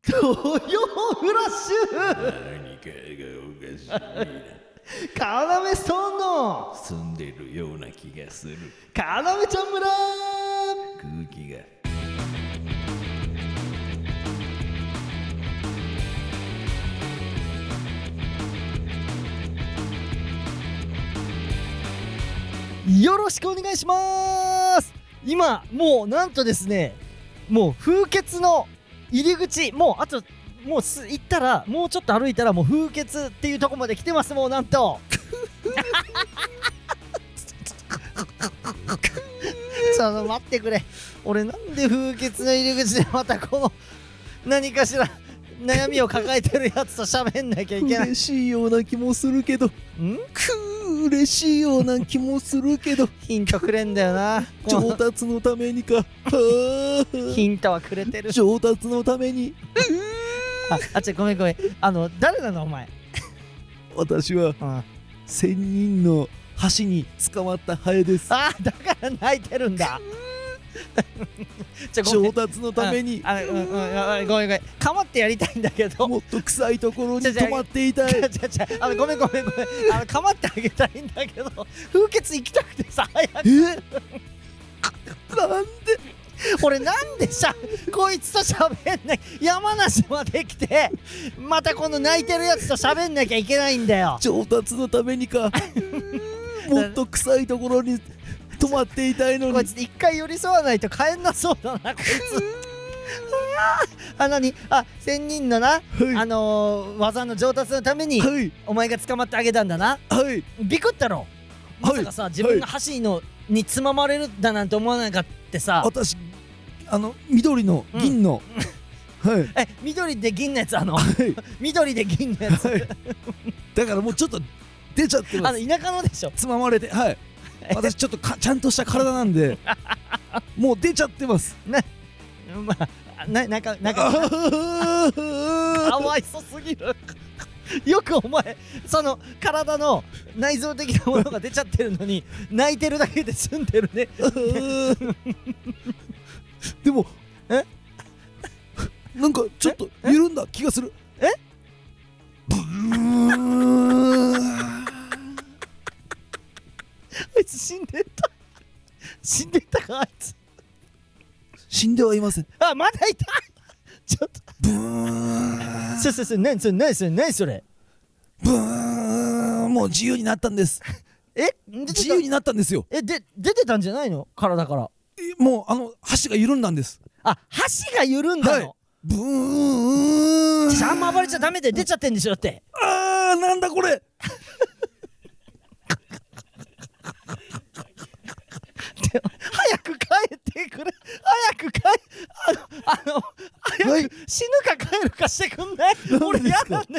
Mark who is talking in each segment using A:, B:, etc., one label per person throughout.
A: 土曜フラッシュ
B: 何かがおかしいな
A: カナメストーンの
B: 住んでるような気がする
A: カナメちゃん村
B: 空気が
A: よろしくお願いします今もうなんとですねもう風穴の入り口もうあともうす行ったらもうちょっと歩いたらもう風穴っていうとこまで来てますもうなん とちょっと待ってくれ俺なんで風穴の入り口でまたこの何かしら悩みを抱えてるやつと喋んなきゃいけないん
B: 嬉しいような気もするけどくー嬉しいような気もするけど
A: ヒントくれんだよなこの
B: 上達のためにかはー
A: ヒントはくれてる
B: 上達のために
A: あ、あ、ちょ、ごめんごめん。あの、誰なのお前。
B: 私は
A: うん、あ
B: 千人の橋に捕まったハエです
A: ー、だから泣いてるんだ。ちょ、ごめ
B: 上
A: ん。
B: 達のために
A: あ、うんうん、あごめんごめん。かまってやりたいんだけど。
B: もっと臭いところに
A: じゃじゃ
B: 止まってい
A: ち
B: たい
A: ょ ちょちょあのごめんごめんごめんあのかまってあげたいんだけど風穴行きたくてさ早く
B: えなんで
A: 俺なんでしゃこいつと喋んなきゃ山梨まで来てまたこの泣いてるやつと喋んなきゃいけないんだよ
B: 上達のため にかもっと臭いところに止まっていたいの
A: こい
B: に
A: つ一回寄り添わないと帰んなそうだなこい つあ何あ仙人のな、
B: はい
A: あのー技の上達のために
B: はい
A: お前が捕まってあげたんだな
B: はい
A: ビクったろまさかさ、自分が箸のにつままれるだなんて思わなかったさ、
B: 私あの緑の
A: うん
B: 銀の、はい
A: え緑で銀のやつあの
B: はい
A: 緑で銀のやつ、
B: はいだからもうちょっと出ちゃって
A: あ
B: ます
A: の田舎のでしょ
B: つままれて はい私ちょっとかちゃんとした体なんでもう出ちゃってます
A: まあななんかなんか
B: あー
A: かわいそすぎるよくお前その体の内臓的なものが出ちゃってるのに泣いてるだけで済んでるね
B: でも
A: え
B: なんかちょっと緩んだ気がする
A: え
B: ブーン
A: あいつ死んでった死んでったかあいつ
B: 死んではいません
A: あまだいたちょっと
B: ブーン
A: そうそうそう何それ何それ何それ
B: ブーンもう自由になったん です
A: え
B: 自由に
A: な
B: なったんですよ
A: えで出てたんじゃないの体から
B: えもうあの箸が緩んだんです
A: あ箸が緩んだの、
B: ブーン
A: ちょあんま暴れちゃダメで出ちゃってんでしょだって
B: あーなんだこれ
A: って早く帰ってくれ早く帰あのあの
B: は
A: 早
B: い
A: く死ぬか帰るかしてくんない俺
B: で
A: 嫌
B: すか
A: なんで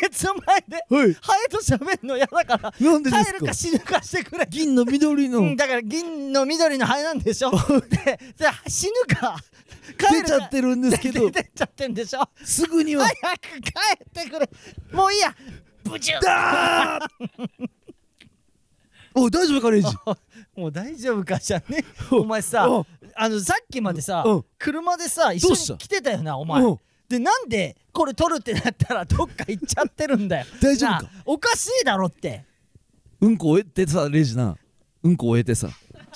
A: 風穴前で
B: はい
A: ハエと喋るの嫌だから
B: なんでです
A: 帰
B: か
A: るか死ぬかしてくれ
B: 銀の緑の
A: うんだから銀の緑のハエなんでしょでじゃあ死ぬか帰
B: 出
A: る
B: ちゃってるんですけ ど
A: 出ちゃってんでしょ
B: すぐには
A: 早く帰ってくれもういいやブチュッ
B: だーおい大丈夫かレイジ
A: もう大丈夫かじゃねお前さ
B: うん
A: あのさっきまでさ
B: うん
A: 車でさ一
B: どうし
A: 緒
B: た
A: に来てたよなお前
B: うん
A: でなんでこれ撮るってなったらどっか行っちゃってるんだよ
B: 大丈夫か
A: なあおかしいだろって
B: うんこ終えてさレイジなうんこ終えてさ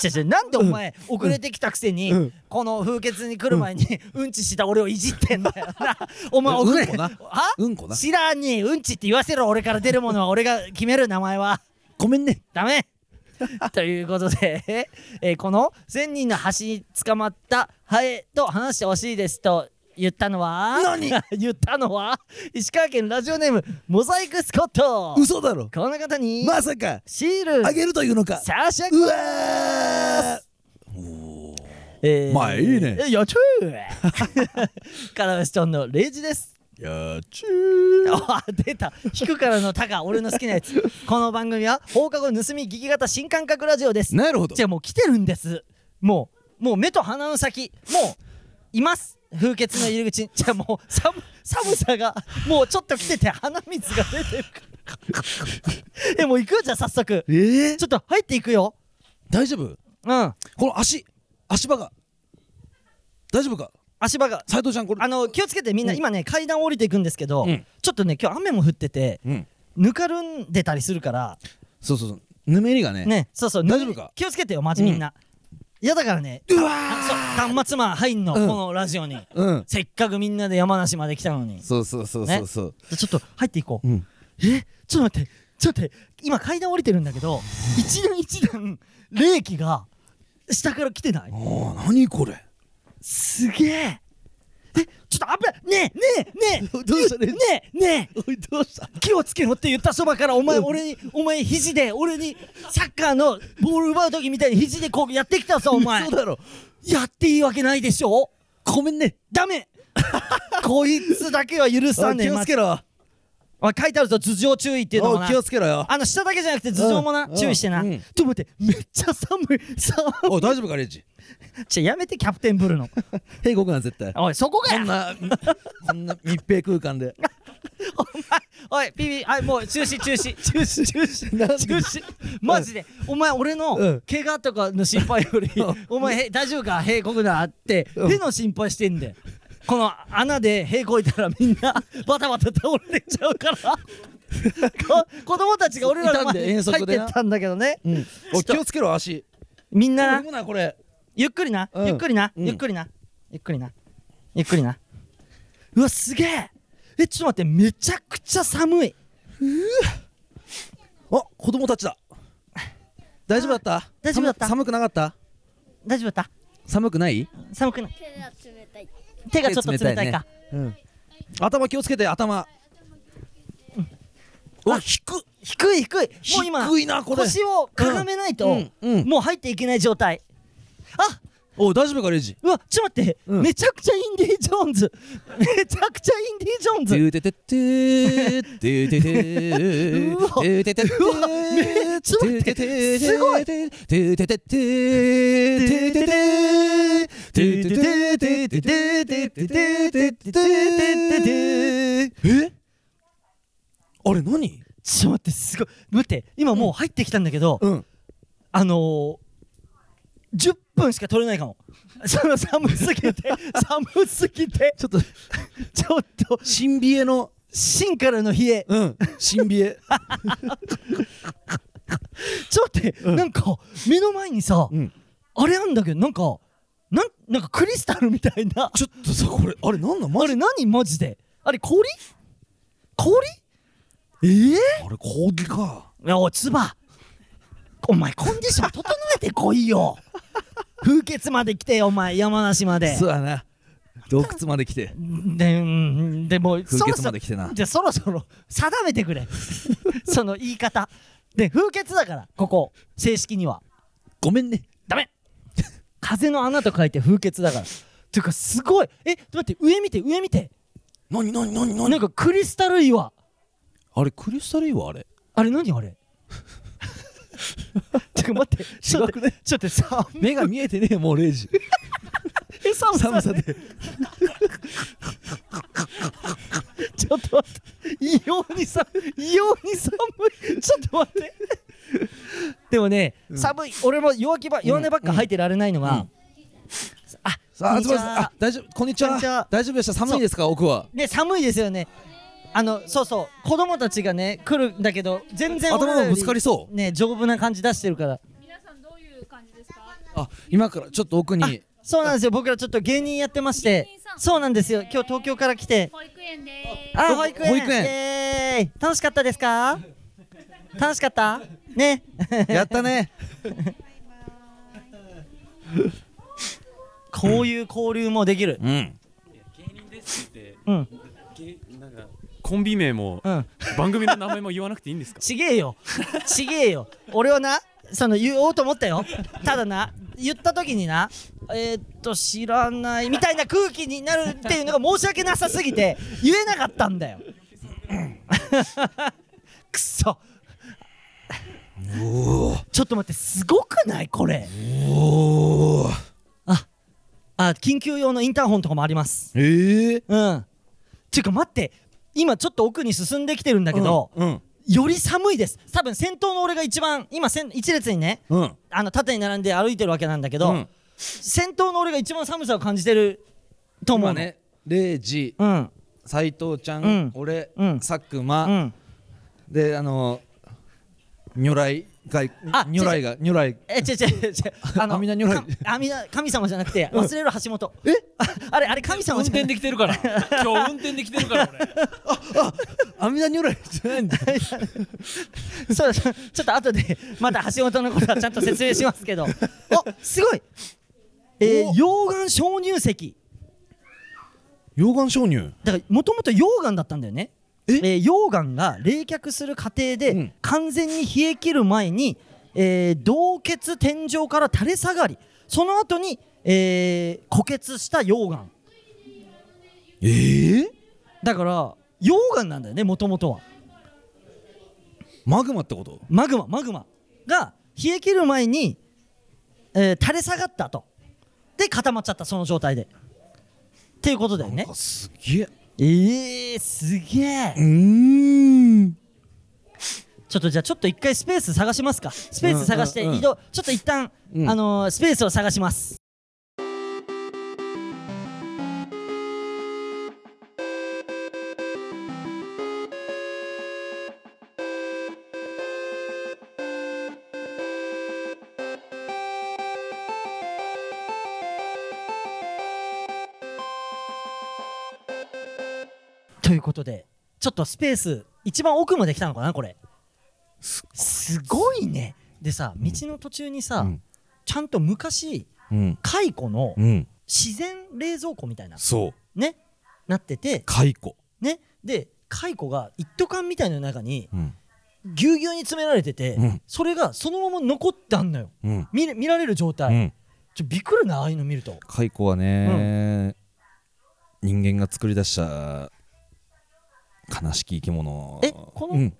A: 違う違うなんでお前遅れてきたくせに、
B: うん
A: この風穴に来る前にうんちした俺をいじってんだよな お前遅れ、
B: うんこな
A: あ
B: うんこな
A: 知らんにうんちって言わせろ俺から出るものは俺が決める名前は
B: ごめんね
A: ダメ ということで、 えーこの千人の橋に捕まったハエと話してほしいですと言ったのは
B: 何
A: 言ったのは石川県ラジオネームモザイクスコット
B: 嘘だろ
A: この方に
B: まさか
A: シール
B: あげるというのか
A: 差し上げ
B: う
A: ま
B: わー
A: すえー
B: まあいいね
A: えやっちゅー カラメストーンのレイジです
B: やっちゅ ー
A: あ出た引くからのタカ俺の好きなやつこの番組は放課後盗み聞き型新感覚ラジオです
B: なるほど
A: じゃあもう来てるんですもうもう目と鼻の先もういます風穴の入り口にじゃあもう寒寒さがもうちょっと来てて鼻水が出てるからえもう行くじゃあ早速
B: えー
A: ちょっと入っていくよ
B: 大丈夫
A: うん
B: この足足場が大丈夫か
A: 足場が
B: 斉藤ちゃんこれ
A: あの気をつけてみんな、
B: うん
A: 今ね階段降りていくんですけど、
B: うん
A: ちょっとね今日雨も降ってて
B: うん
A: ぬかるんでたりするから
B: そうそうそうぬめりがね
A: ねそうそう
B: 大丈夫か
A: 気をつけてよマジみんな、いやだからね
B: うわ
A: あ
B: ー
A: そう端末マン入んの、
B: うん
A: このラジオに
B: うん
A: せっかくみんなで山梨まで来たのにち
B: そうそうそうそうそう、
A: ょっと入っていこう
B: うん
A: えちょっと待ってちょっと待って今階段降りてるんだけど一段一段冷気が下から来てない
B: おー何これ
A: すげええちょっと危ないねえねえねえ
B: どうした
A: ねえねえ
B: おいどうした
A: 気をつけろって言ったそばからお前
B: うん
A: 俺にお前肘で俺にサッカーのボール奪う時みたいに肘でこうやってきたぞお前
B: 嘘だろ
A: やっていいわけないでしょ
B: ごめんね
A: ダメこいつだけは許さ
B: あ
A: ねえ
B: 気を
A: ま
B: つけろ
A: あ書いてあるぞ頭上注意っていうのも
B: おい
A: な
B: 気をつけろよ
A: あの下だけじゃなくて頭上もな、
B: うん
A: 注意してな、
B: うん
A: ちょっと待ってめっちゃ寒いさあ
B: おい大丈夫かレイ ジ
A: ちょやめてキャプテンブルーの
B: 平国なん絶対
A: おいそこが
B: こ
A: や
B: んなこんな密閉空間で
A: お前おいピピはいもう中止中止中止中止
B: なんで
A: 中止 マジでお前俺
B: う
A: の
B: ん
A: 怪我とかの心配より
B: うん
A: お前へ大丈夫か兵国だって
B: うん
A: 屁の心配してんだよこの穴で屁こいたらみん なバタバタ倒れちゃうからこ子供たちが俺らの前に
B: いたんだよ
A: 入
B: 遠足
A: って
B: でな
A: ったんだけどね
B: うんおい気をつけろ足
A: みんなな
B: 危ないこれ
A: ゆっくりな、
B: うん
A: ゆっくりな、
B: うん
A: ゆっくりな、ゆっくりな、ゆっくりな。うわ、すげええ、ちょっと待って、めちゃくちゃ寒い。
B: あ子供たちだ大丈夫だった
A: 大丈夫だった
B: 寒寒くなかった
A: 大丈夫だっ
B: 寒くない
A: た寒くない。
C: 手が冷たい。
A: 手がちょっと冷たいか。
B: うん頭気をつけて頭
A: うん
B: お低っ
A: 低い低い。もう今、
B: 低いなこれ
A: 腰をかがめないと、
B: うんうん
A: もう入っていけない状態。あ
B: おい大丈夫かレイジ
A: うわ、ちょっと待って、
B: うん
A: めちゃくちゃインディ・ジョーンズ。めちゃくちゃインディ・ジョーン
B: ト
A: ズ。
B: ゥーテテテートゥーテテー
A: うわ
B: トゥーテテテー
A: うわめっちゃ待ってすごい
B: トゥーテテテートゥーテテートゥーテテテートゥーテテテートゥーテテテートゥーテテテーえあれ何
A: ちょっと待って、すごい。待って、今もう入ってきたんだけど、
B: うん
A: あのー、10分しか取れないかも。 その寒す ぎて、寒すぎて、
B: ちょっと
A: ちょっと、
B: 新ビエの
A: 芯からの冷え、
B: うん新ビエ
A: ちょっと待って、
B: うん
A: なんか、目の前にさ、
B: うん
A: あれあんだけど、なんか、なんなんかクリスタルみたいな、
B: ちょっとさこれあれなんだ
A: あ
B: マジ
A: れ何マジであれ氷氷ええ
B: あれ講義か
A: いやおい、つば。お前、コンディション整えてこいよ。 風穴まで来てよ、お前、山梨まで。
B: そうやな洞窟まで来て
A: で、うんでも、
B: 風穴まで来てな
A: じゃあそろそろ定めてくれ その言い方で風穴だからここ正式には
B: ごめんね
A: ダメ風の穴と書いて風穴だからていうかすごいえ待って上見て上見て
B: 何何何何
A: なんかクリスタル岩
B: あれクリスタルいわあれ
A: あれ何あ れちょっと待ってちょっと待ってちょっとさ
B: 目が見えてねえもう0時
A: え寒さ
B: 寒さで
A: ちょっと待って異様にさ異様に寒いちょっと待ってでもね、
B: うん
A: 寒い俺も弱気ば弱音ばっか入ってられないのは、
B: うん
A: あ
B: さ
A: こ
B: あ
A: んに
B: 集
A: ち
B: まり
A: は
B: ましたあ大丈夫こんにち
A: こんにちは
B: は大丈夫でした寒いですか奥は
A: ね寒いですよねあのそうそう子供たちがね来るんだけど全然
B: 頭がぶつかりそう
A: ね丈夫な感じ出してるから
C: 皆さんどういう感じですか？
B: うあ今からちょっと奥に
A: そうなんですよ僕らちょっと芸人やってまして
C: 芸人さん
A: そうなんですよ今日東京から来て
C: 保育園でーす。
A: あ
B: ど
A: 保育園
B: 保育園
A: イエーイ楽しかったですか楽しかったね
B: やったね
A: こういう交流もできる
B: うん
D: 芸人ですって
A: うん
D: 言ってげなんかコンビ名も
A: うん
D: 番組の名前も言わなくていいんで すか
A: ちげえよちげえよ俺はなその言おうと思ったよただな言った時になえー、っと知らないみたいな空気になるっていうのが申し訳なさすぎて言えなかったんだよ くっそう
B: おー
A: ちょっと待ってすごくないこれ
B: おー
A: あ緊急用のインターホンとかもあります
B: ええ
A: うんていうか待って今ちょっと奥に進んできてるんだけど、
B: うん
A: より寒いです多分先頭の俺が一番今先一列にね
B: うん
A: あの縦に並んで歩いてるわけなんだけ
B: う
A: ど、
B: ん
A: 先頭の俺が一番寒さを感じてると思う
B: 今
A: の
B: ねレイジ
A: うん
B: 斎藤ちゃん、
A: うん
B: 俺、
A: うん
B: 佐久
A: う
B: 間、
A: ん
B: であの如来が
A: あ
B: 如来が如来
A: え、違う違う違 う。あ
B: 阿弥陀如来
A: か阿弥陀神様じゃなくて、忘れる橋本。
B: え
A: あ あれ、あれ神
D: 運
A: 様じゃな
D: 転
A: い。
D: できてる から今日運 転できてるから俺
B: 阿弥陀如来じゃないんだ
A: そうそうちょっと後で、また橋本のことはちゃんと説明しますけ ど。お、すごいえー、溶岩鍾乳石。
B: 溶岩鍾乳
A: だから、もともと溶岩だったんだよね。
B: え
A: ー溶岩が冷却する過程で、
B: うん
A: 完全に冷え切る前に、えー凍結天井から垂れ下がり、その後に、えー固結した溶岩。
B: えー、
A: だから溶岩なんだよねもともとは
B: マグマってこと
A: マグママグマが冷え切る前に、えー垂れ下がったとで固まっちゃったその状態でっていうことだよね
B: あすげえ
A: えー、すげえ、
B: うーん
A: ちょっとじゃあちょっと一回スペース探しますかスペース探して移
B: うん
A: 動、
B: うんうん
A: ちょっと一旦、
B: うん
A: あのースペースを探しますということでちょっとスペース一番奥まで来たのかなこれすごいねでさ道の途中にさ、
B: うん
A: ちゃんと昔
B: うん
A: 蚕の
B: うん
A: 自然冷蔵庫みたいな
B: そう
A: ねなってて
B: 解雇
A: ねで蚕が一斗缶みたいの中に
B: うん
A: ぎゅうぎゅうに詰められてて、
B: うん
A: それがそのまま残ってあんのよ
B: うん
A: 見れ見られる状態、
B: うん
A: ちょびっくるなああいうの見ると
B: 解雇はね、人間が作り出した悲しき生き物
A: えこの
B: うん、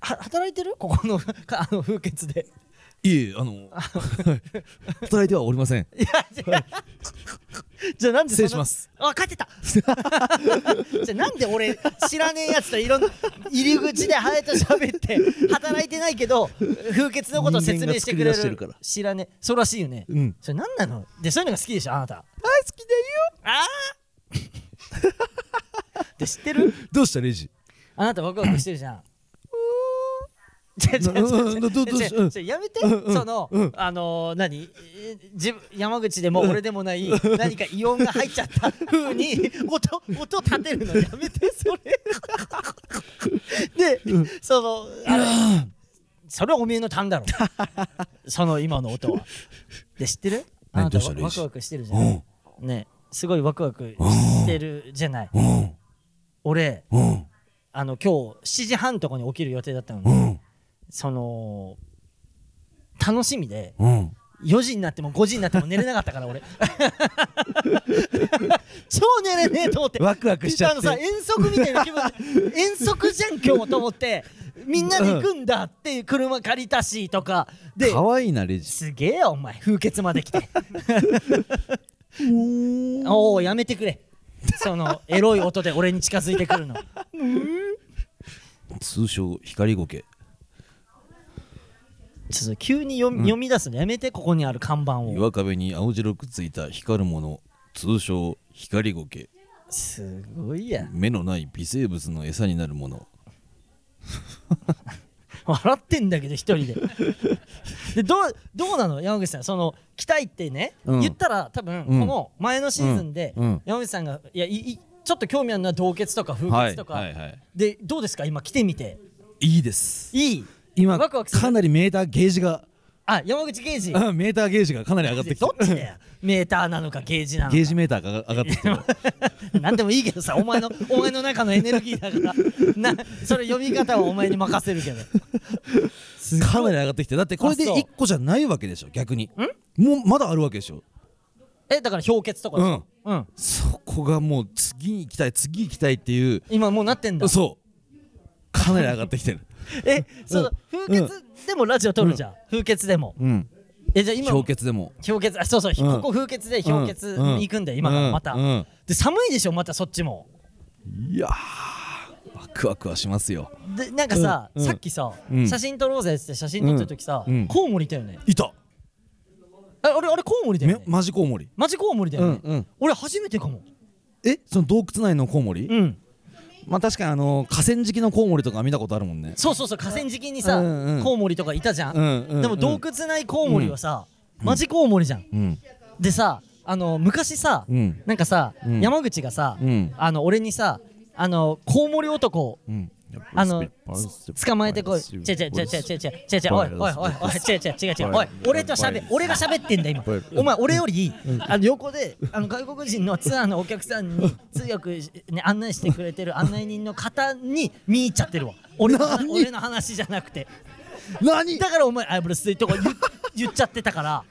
A: は働いてるここの かあの風穴で
B: いえいえあ の働いてはおりません
A: いや違うじゃあなんでそんな
B: 失礼します
A: あ帰ってた じゃあなんで俺知らねえやつといろんな入り口でハエと喋って働いてないけど風穴のことを説明してくれ
B: 人間が作り出して
A: る
B: るから
A: 知らねえそうらしいよね
B: うん
A: それなんなのでそういうのが好きでしょあなた
B: 大好きだよ
A: ああ で知ってる
B: どうしたレイジ
A: あなたワクワクしてるじゃんちょちょちょちょ
B: うんうんどうどうし
A: ちょちょやめて、
B: うんうん
A: その、あのー、何えー自分山口でも俺でもない何か異音が入っちゃった風に音音立てるのやめてそれで、そのあれそれはおめえの痰だろその今の音はで知ってるあ
B: 何
A: なた
B: どうした
A: ワ
B: レイジ
A: ワクワクしてるじゃ
B: うんん
A: ねすごいワクワクしてるじゃない
B: うん
A: 俺
B: うん
A: あの今日7時半とかに起きる予定だったのに、
B: うん
A: その楽しみで
B: うん
A: 4時になっても5時になっても寝れなかったから俺 超寝れねえと思って
B: ワクワクしちゃ
A: あ
B: っ
A: のさ
B: て
A: 遠足みたいな気分で遠足じゃん今日と思ってみんなで行くんだっていう車借りたしとかで
B: かわいいなレイジ
A: すげえよお前風穴まで来 ておおやめてくれそのエロい音で俺に近づいてくるの
B: 通称光ゴケ
A: ちょっと急に読み,、読み出すのやめてここにある看板を
B: 岩壁に青白くついた光るもの通称光ゴケ
A: すごいやん
B: 目のない微生物の餌になるもの
A: 笑ってんだけど一 人ででどうどうなの山口さんその期待ってね、
B: うん
A: 言ったら多分こ
B: うん
A: の前のシーズンで
B: うんうん
A: 山口さんがいやいいちょっと興味あるのは凍結とか風穴とか、
B: はいはいはい
A: でどうですか今来てみて
B: いいです
A: いい
B: 今
A: ワクワクする
B: かなりメーターゲージが
A: あ山口ゲージ
B: うんメーターゲージがかなり上がってきた
A: どっちだよメーターなのかゲージなのか
B: ゲージメーターが上がって きた
A: 何でもいいけどさお前のお前の中のエネルギーだからなそれ読み方はお前に任せるけど
B: かなり上がってきてだってこれで
A: あそう
B: 1個じゃないわけでしょ逆にもうまだあるわけでしょ
A: えだから氷結とかでしょうん、
B: そこがもう次に行きたい次行きたいっていう
A: 今もうなってんだ
B: そうかなり上がってきてる
A: えその風穴でもラジオ撮るじゃん、風穴でも
B: うん
A: えじゃあ今
B: 氷結でも
A: 氷結あそうそう、
B: うん
A: ここ風穴で氷結に行くんだよ、今からまた、
B: うんうん
A: で寒いでしょまたそっちも
B: いやーワクワクはしますよ
A: でなんかさ、
B: うんうん
A: さっきさ、
B: うん
A: 写真撮ろうぜっつって写真撮ってる時さ、
B: うんうん
A: コウモリいたよね
B: いた
A: ああれあれコウモリだよ
B: め
A: ね
B: マジコウモリ
A: マジコウモリだ
B: う
A: よ
B: ん
A: ね、
B: うん
A: 俺初めてかも
B: えその洞窟内のコウモリ
A: うん
B: まあ確かにあの河川敷のコウモリとか見たことあるもんね
A: そうそうそう河川敷にさ、
B: うんうん
A: コウモリとかいたじゃん、
B: うんうん
A: でも洞窟内コウモリはさ、マジコウモリじゃん、
B: うん
A: でさあの昔さ、
B: うん
A: なんかさ、
B: うん
A: 山口がさ、
B: うん
A: あの俺にさあのコウモリ男
B: うん
A: あの捕まえてこい。違う違う違う違う違う違う違うおいおいおいおい違う違う違う違うおい俺と喋俺が喋ってんだ今。お前俺よりあの横であの外国人のツアーのお客さんに通訳しね案内してくれてる案内人の方に見入っちゃってるわ。俺の
B: 何
A: 俺の話じゃなくて
B: 何
A: だからお前アイブレスイとか 言っ言っちゃってたから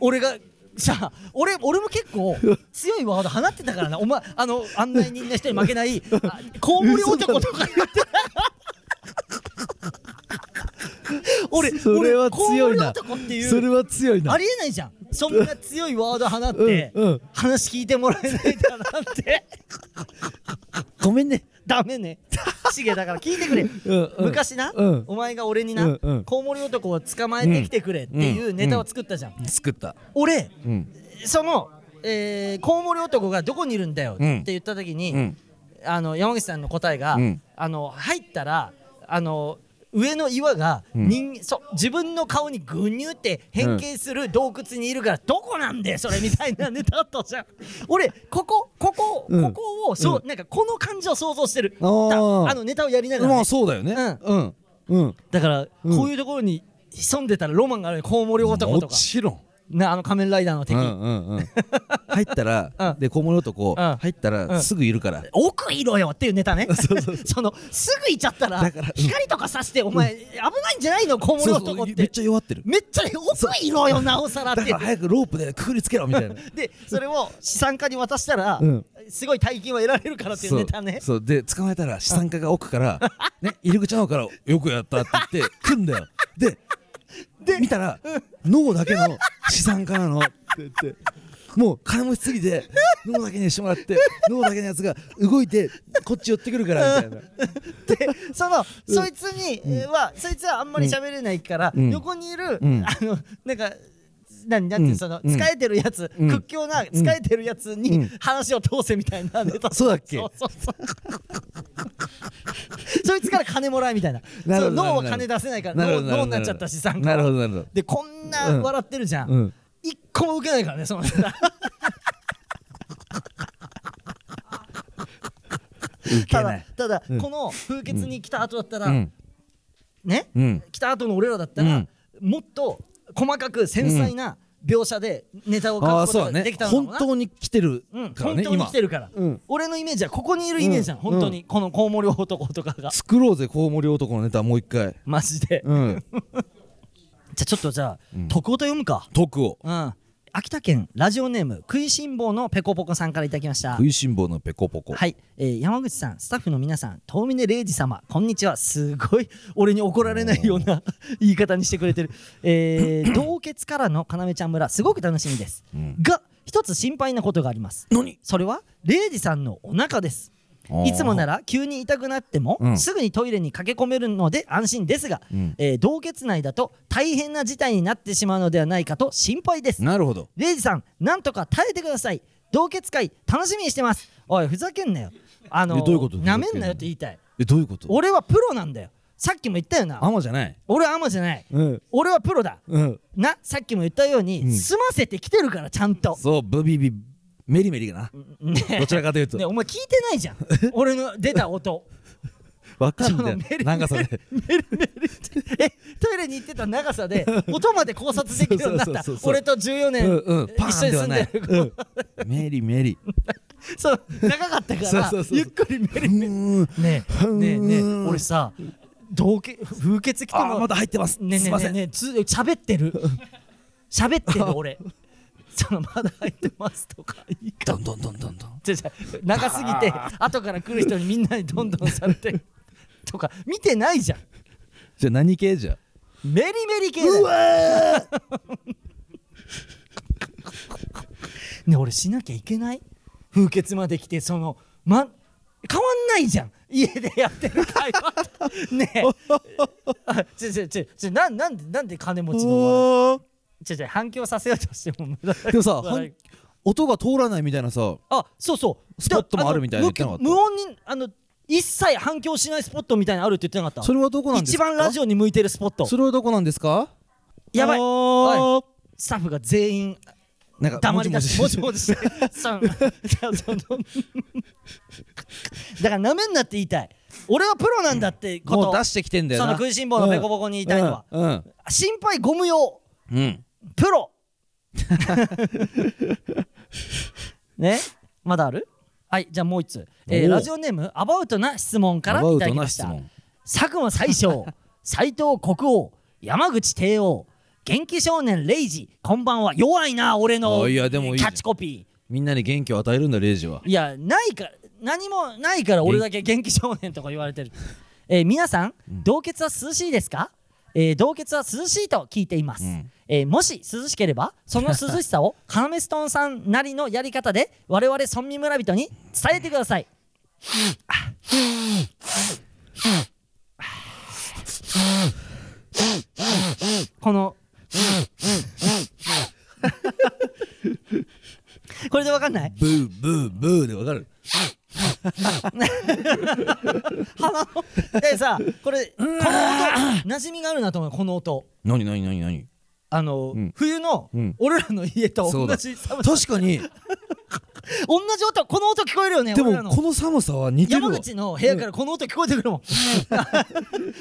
A: 俺が。じゃあ俺俺も結構強いワード放ってたからなお前あの案内人の人に負けないあコウモリ男とか言って俺
B: それは
A: 俺コウモリ
B: 強いな
A: 男っていう
B: それは強いな
A: ありえないじゃんそんな強いワード放って、
B: うんうん
A: 話聞いてもらえないだなんて
B: ごめんね
A: ダメねシゲだから聞いてくれ、
B: うんうん
A: 昔な、
B: うん
A: お前が俺にな、
B: うんうん
A: コウモリ男を捕まえてきてくれっていうネタを作ったじゃん、
B: 作った
A: 俺
B: うん
A: その、えー、コウモリ男がどこにいるんだよって言った時に、
B: うん
A: あの山口さんの答えが、
B: うん
A: あの入ったらあの上の岩が
B: ん
A: 人、そ自分の顔にぐにゅって変形する洞窟にいるから、どこなんだよそれみたいなネタだったじゃ ん俺ここここ、
B: う
A: こ
B: ん
A: こをそう、
B: う
A: なんかこの感じを想像してる
B: あ
A: だ
B: ー
A: あのネタをやりながらね、
B: まあそうだよねうんうん
A: だから、
B: うん
A: こういうところに潜んでたらロマンがあるよコウモリ男
B: も
A: とか
B: ちろん
A: なあの仮面ライダーの敵、
B: うんうんうん入ったら
A: うん
B: で小物男
A: うん
B: 入った
A: う
B: ら
A: ん
B: すぐいるから
A: 奥いろよっていうネタね
B: そうそう
A: そのすぐいっちゃったら
B: だからうん
A: 光とかさしてお前、危ないんじゃないの小物
B: そう
A: 男
B: そ
A: っ
B: う
A: て
B: めっちゃ弱ってる
A: めっちゃ奥いろよなおさらっ
B: だ
A: て
B: から早くロープでくくりつけろみた いな
A: でそれを資産家に渡したら、
B: うん
A: すごい大金は得られるからっていうネタね
B: そうそうで捕まえたら資産家が 奥から、ね、入り口の方から「よくやった」って言って来んだよでで見たら脳だけの資産家なのって言ってもう金持ちすぎて脳だけにしてもらって脳だけのやつが動いてこっち寄ってくるからみたいな
A: で そのそいつに、はそいつはあんまり喋れないから、
B: うん
A: 横にいる、
B: うん
A: あのなんか何なんていう
B: うん
A: その、
B: うん
A: 使えてるやつ、
B: うん
A: 屈強な使えてるやつ
B: う
A: に
B: ん
A: 話を通せみたいなネタ、
B: そうだっけ
A: そうそうそうそいつから金もらえみたいな
B: なるほど
A: そう脳は
B: なるほ
A: 金
B: ど
A: 出せないから
B: なる
A: 脳
B: ほどるほ
A: 脳
B: ど
A: になっちゃった資産
B: な
A: 家
B: るほどなるほど
A: でこんな
B: うん
A: 笑ってるじゃん、
B: うん
A: 一個も受けないからねそのネタ
B: 受け
A: た
B: な
A: だ
B: い
A: ただ、
B: うん
A: この風穴に来た後だったら、
B: うん
A: ね、
B: うん
A: 来た後の俺らだったら、もっと細かく繊細な描写でネタを
B: あ
A: 書
B: あ
A: くこ
B: そ
A: と
B: うだ
A: がで
B: ね
A: きたのかも
B: 本
A: な、
B: 当に来てる
A: うん、
B: から
A: 本
B: ね、
A: 当に
B: 今
A: 来てるから、
B: うん
A: 俺のイメージはここにいるイメージなの、
B: うん
A: 本当に、このコウモリ男とかが
B: 作ろうぜコウモリ男のネタもう一回
A: マジで、じゃ
B: うん
A: あちょっとじゃあ、
B: うん
A: 徳をと読むか
B: 徳を
A: うん秋田県ラジオネーム食いしん坊のペコポコさんからいただきました
B: 食いしん坊のペコポコ
A: はい、えー山口さんスタッフの皆さん遠峰礼二様こんにちはすごい俺に怒られないような言い方にしてくれてる、え ー洞穴からの要ちゃん村すごく楽しみです、
B: うん
A: が一つ心配なことがあります
B: 何
A: それは礼二さんのお腹ですいつもなら急に痛くなっても、
B: うん
A: すぐにトイレに駆け込めるので安心ですが、
B: うん
A: えー洞穴内だと大変な事態になってしまうのではないかと心配です
B: なるほど
A: レイジさん、なんとか耐えてください。洞穴会、楽しみにしてます。おい、ふざけんなよ。あの、
B: えどういうこと
A: なめんなよって言いたい。
B: えどういうこと
A: 俺はプロなんだよ。さっきも言ったよな。
B: アマじゃない
A: 俺はアマじゃない。
B: うん
A: 俺はプロだ。
B: うん
A: な、さっきも言ったように、
B: うん
A: 済ませてきてるから、ちゃんと。
B: そうブビビメリメリが
A: ね
B: などちらかというと
A: ねお前聞いてない じゃん。俺の出た音。
B: わかんな
A: そのメリメ
B: い
A: リ
B: なんかそれ
A: え、トイレに行ってた長さで、音まで考察できるようになった
B: そうそうそう。そう
A: 俺と14
B: うん
A: 年、
B: うんパーンではない
A: 一緒に
B: うんメリメリ
A: そう、長かったか
B: そう
A: ら
B: そう、そう
A: ゆっくりメ
B: う
A: リメリ。
B: ーん
A: ねえねえねえ
B: うーん
A: 俺さ同血風血来て
B: あー
A: も
B: まだ入ってます
A: ねえ
B: す
A: ね
B: い
A: え
B: ま
A: ね
B: せ
A: え
B: ん
A: ねえつ喋って る喋ってる俺そのまだ入ってますとか言い方
B: どんどんどんどんどん
A: 違う違う長すぎて後から来る人にみんなにどんどんされてとか見てないじゃん
B: じゃあ何系じゃ
A: メリメリ系だよ
B: わ
A: ねえ俺しなきゃいけない風血まで来てそのま変わんないじゃん家でやってる会話 とねえあちょちょちょちょなんなんでなんで金持ちの笑い
B: ー
A: 違う違う反響させようとしても無駄だ
B: でもさ
A: 笑い
B: 音が通らないみたいなさ
A: あそうそう
B: スポットもあるみたいなの言ってなかった
A: 無音にあの一切反響しないスポットみたいなのあるって言ってなかった
B: それはどこなんです
A: 一
B: か
A: 番ラジオに向いてるスポット
B: それはどこなんですか
A: やばい
B: あー
A: おスタッフが全員
B: なんか
A: 黙りだしも
B: も
A: じ
B: ち
A: も
B: も
A: じ
B: ち
A: してそうそのだからなめんなって言いたい俺はプロなんだってこと
B: もう出してきてんだよ
A: そ
B: な
A: の食いしん坊のベコボコに言いたいのは、
B: うんうん
A: 心配ゴム用
B: うん
A: プロ ねまだあるはいじゃあもう一つ、えー
B: おう
A: ラジオネームアバウトな質問から
B: アバ
A: い
B: ウ
A: ただ
B: ト
A: き
B: な
A: まし
B: 質
A: た
B: 問
A: 佐久間最将斉藤国王山口帝王元気少年レイジこんばんは弱いな俺の
B: あいやでもいい
A: キ
B: じゃ
A: ャ
B: ん
A: ッチコピ
B: みんなに元気を与えるんだレイジは
A: ーいやないから何もないから俺だけ元気少年とか言われてる、えー皆さん凍結は涼しいですか、えー凍結は涼しいと聞いています、
B: うん
A: えーもし涼しければその涼しさ をカナメストーンさんなりのやり方で我々村民村人に伝えてくださいこ の これでわかんない
B: ブーブーブーでわかる
A: 鼻の でさこれこの音馴染みがあるなと思うこの音
B: 何何何何
A: あの、
B: うん
A: 冬の
B: うん
A: 俺らの家と
B: そ
A: 同
B: うだ
A: じ寒さ
B: 確かに
A: 同じ音この音聞こえるよね
B: で
A: 俺ら
B: も
A: の
B: この寒さは似てる
A: 山
B: わ
A: 口の部屋からこの音聞こえてく るもん、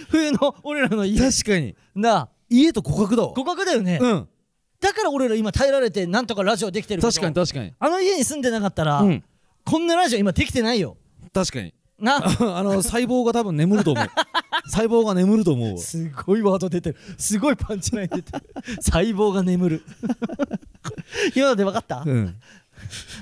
A: 冬の俺らの家
B: 確かに
A: なあ
B: 家と互角だわ
A: 互角だよね、
B: うん
A: だから俺ら今耐えられてなんとかラジオできてるけど
B: 確かに確かに
A: あの家に住んでなかったら、
B: うん
A: こんなラジオ今できてないよ
B: 確かに
A: な
B: あの細胞が多分眠ると思う細胞が眠ると思うわ
A: すごいワード出てるすごいパンチライン出てる細胞が眠る 今ので分かった、
B: うん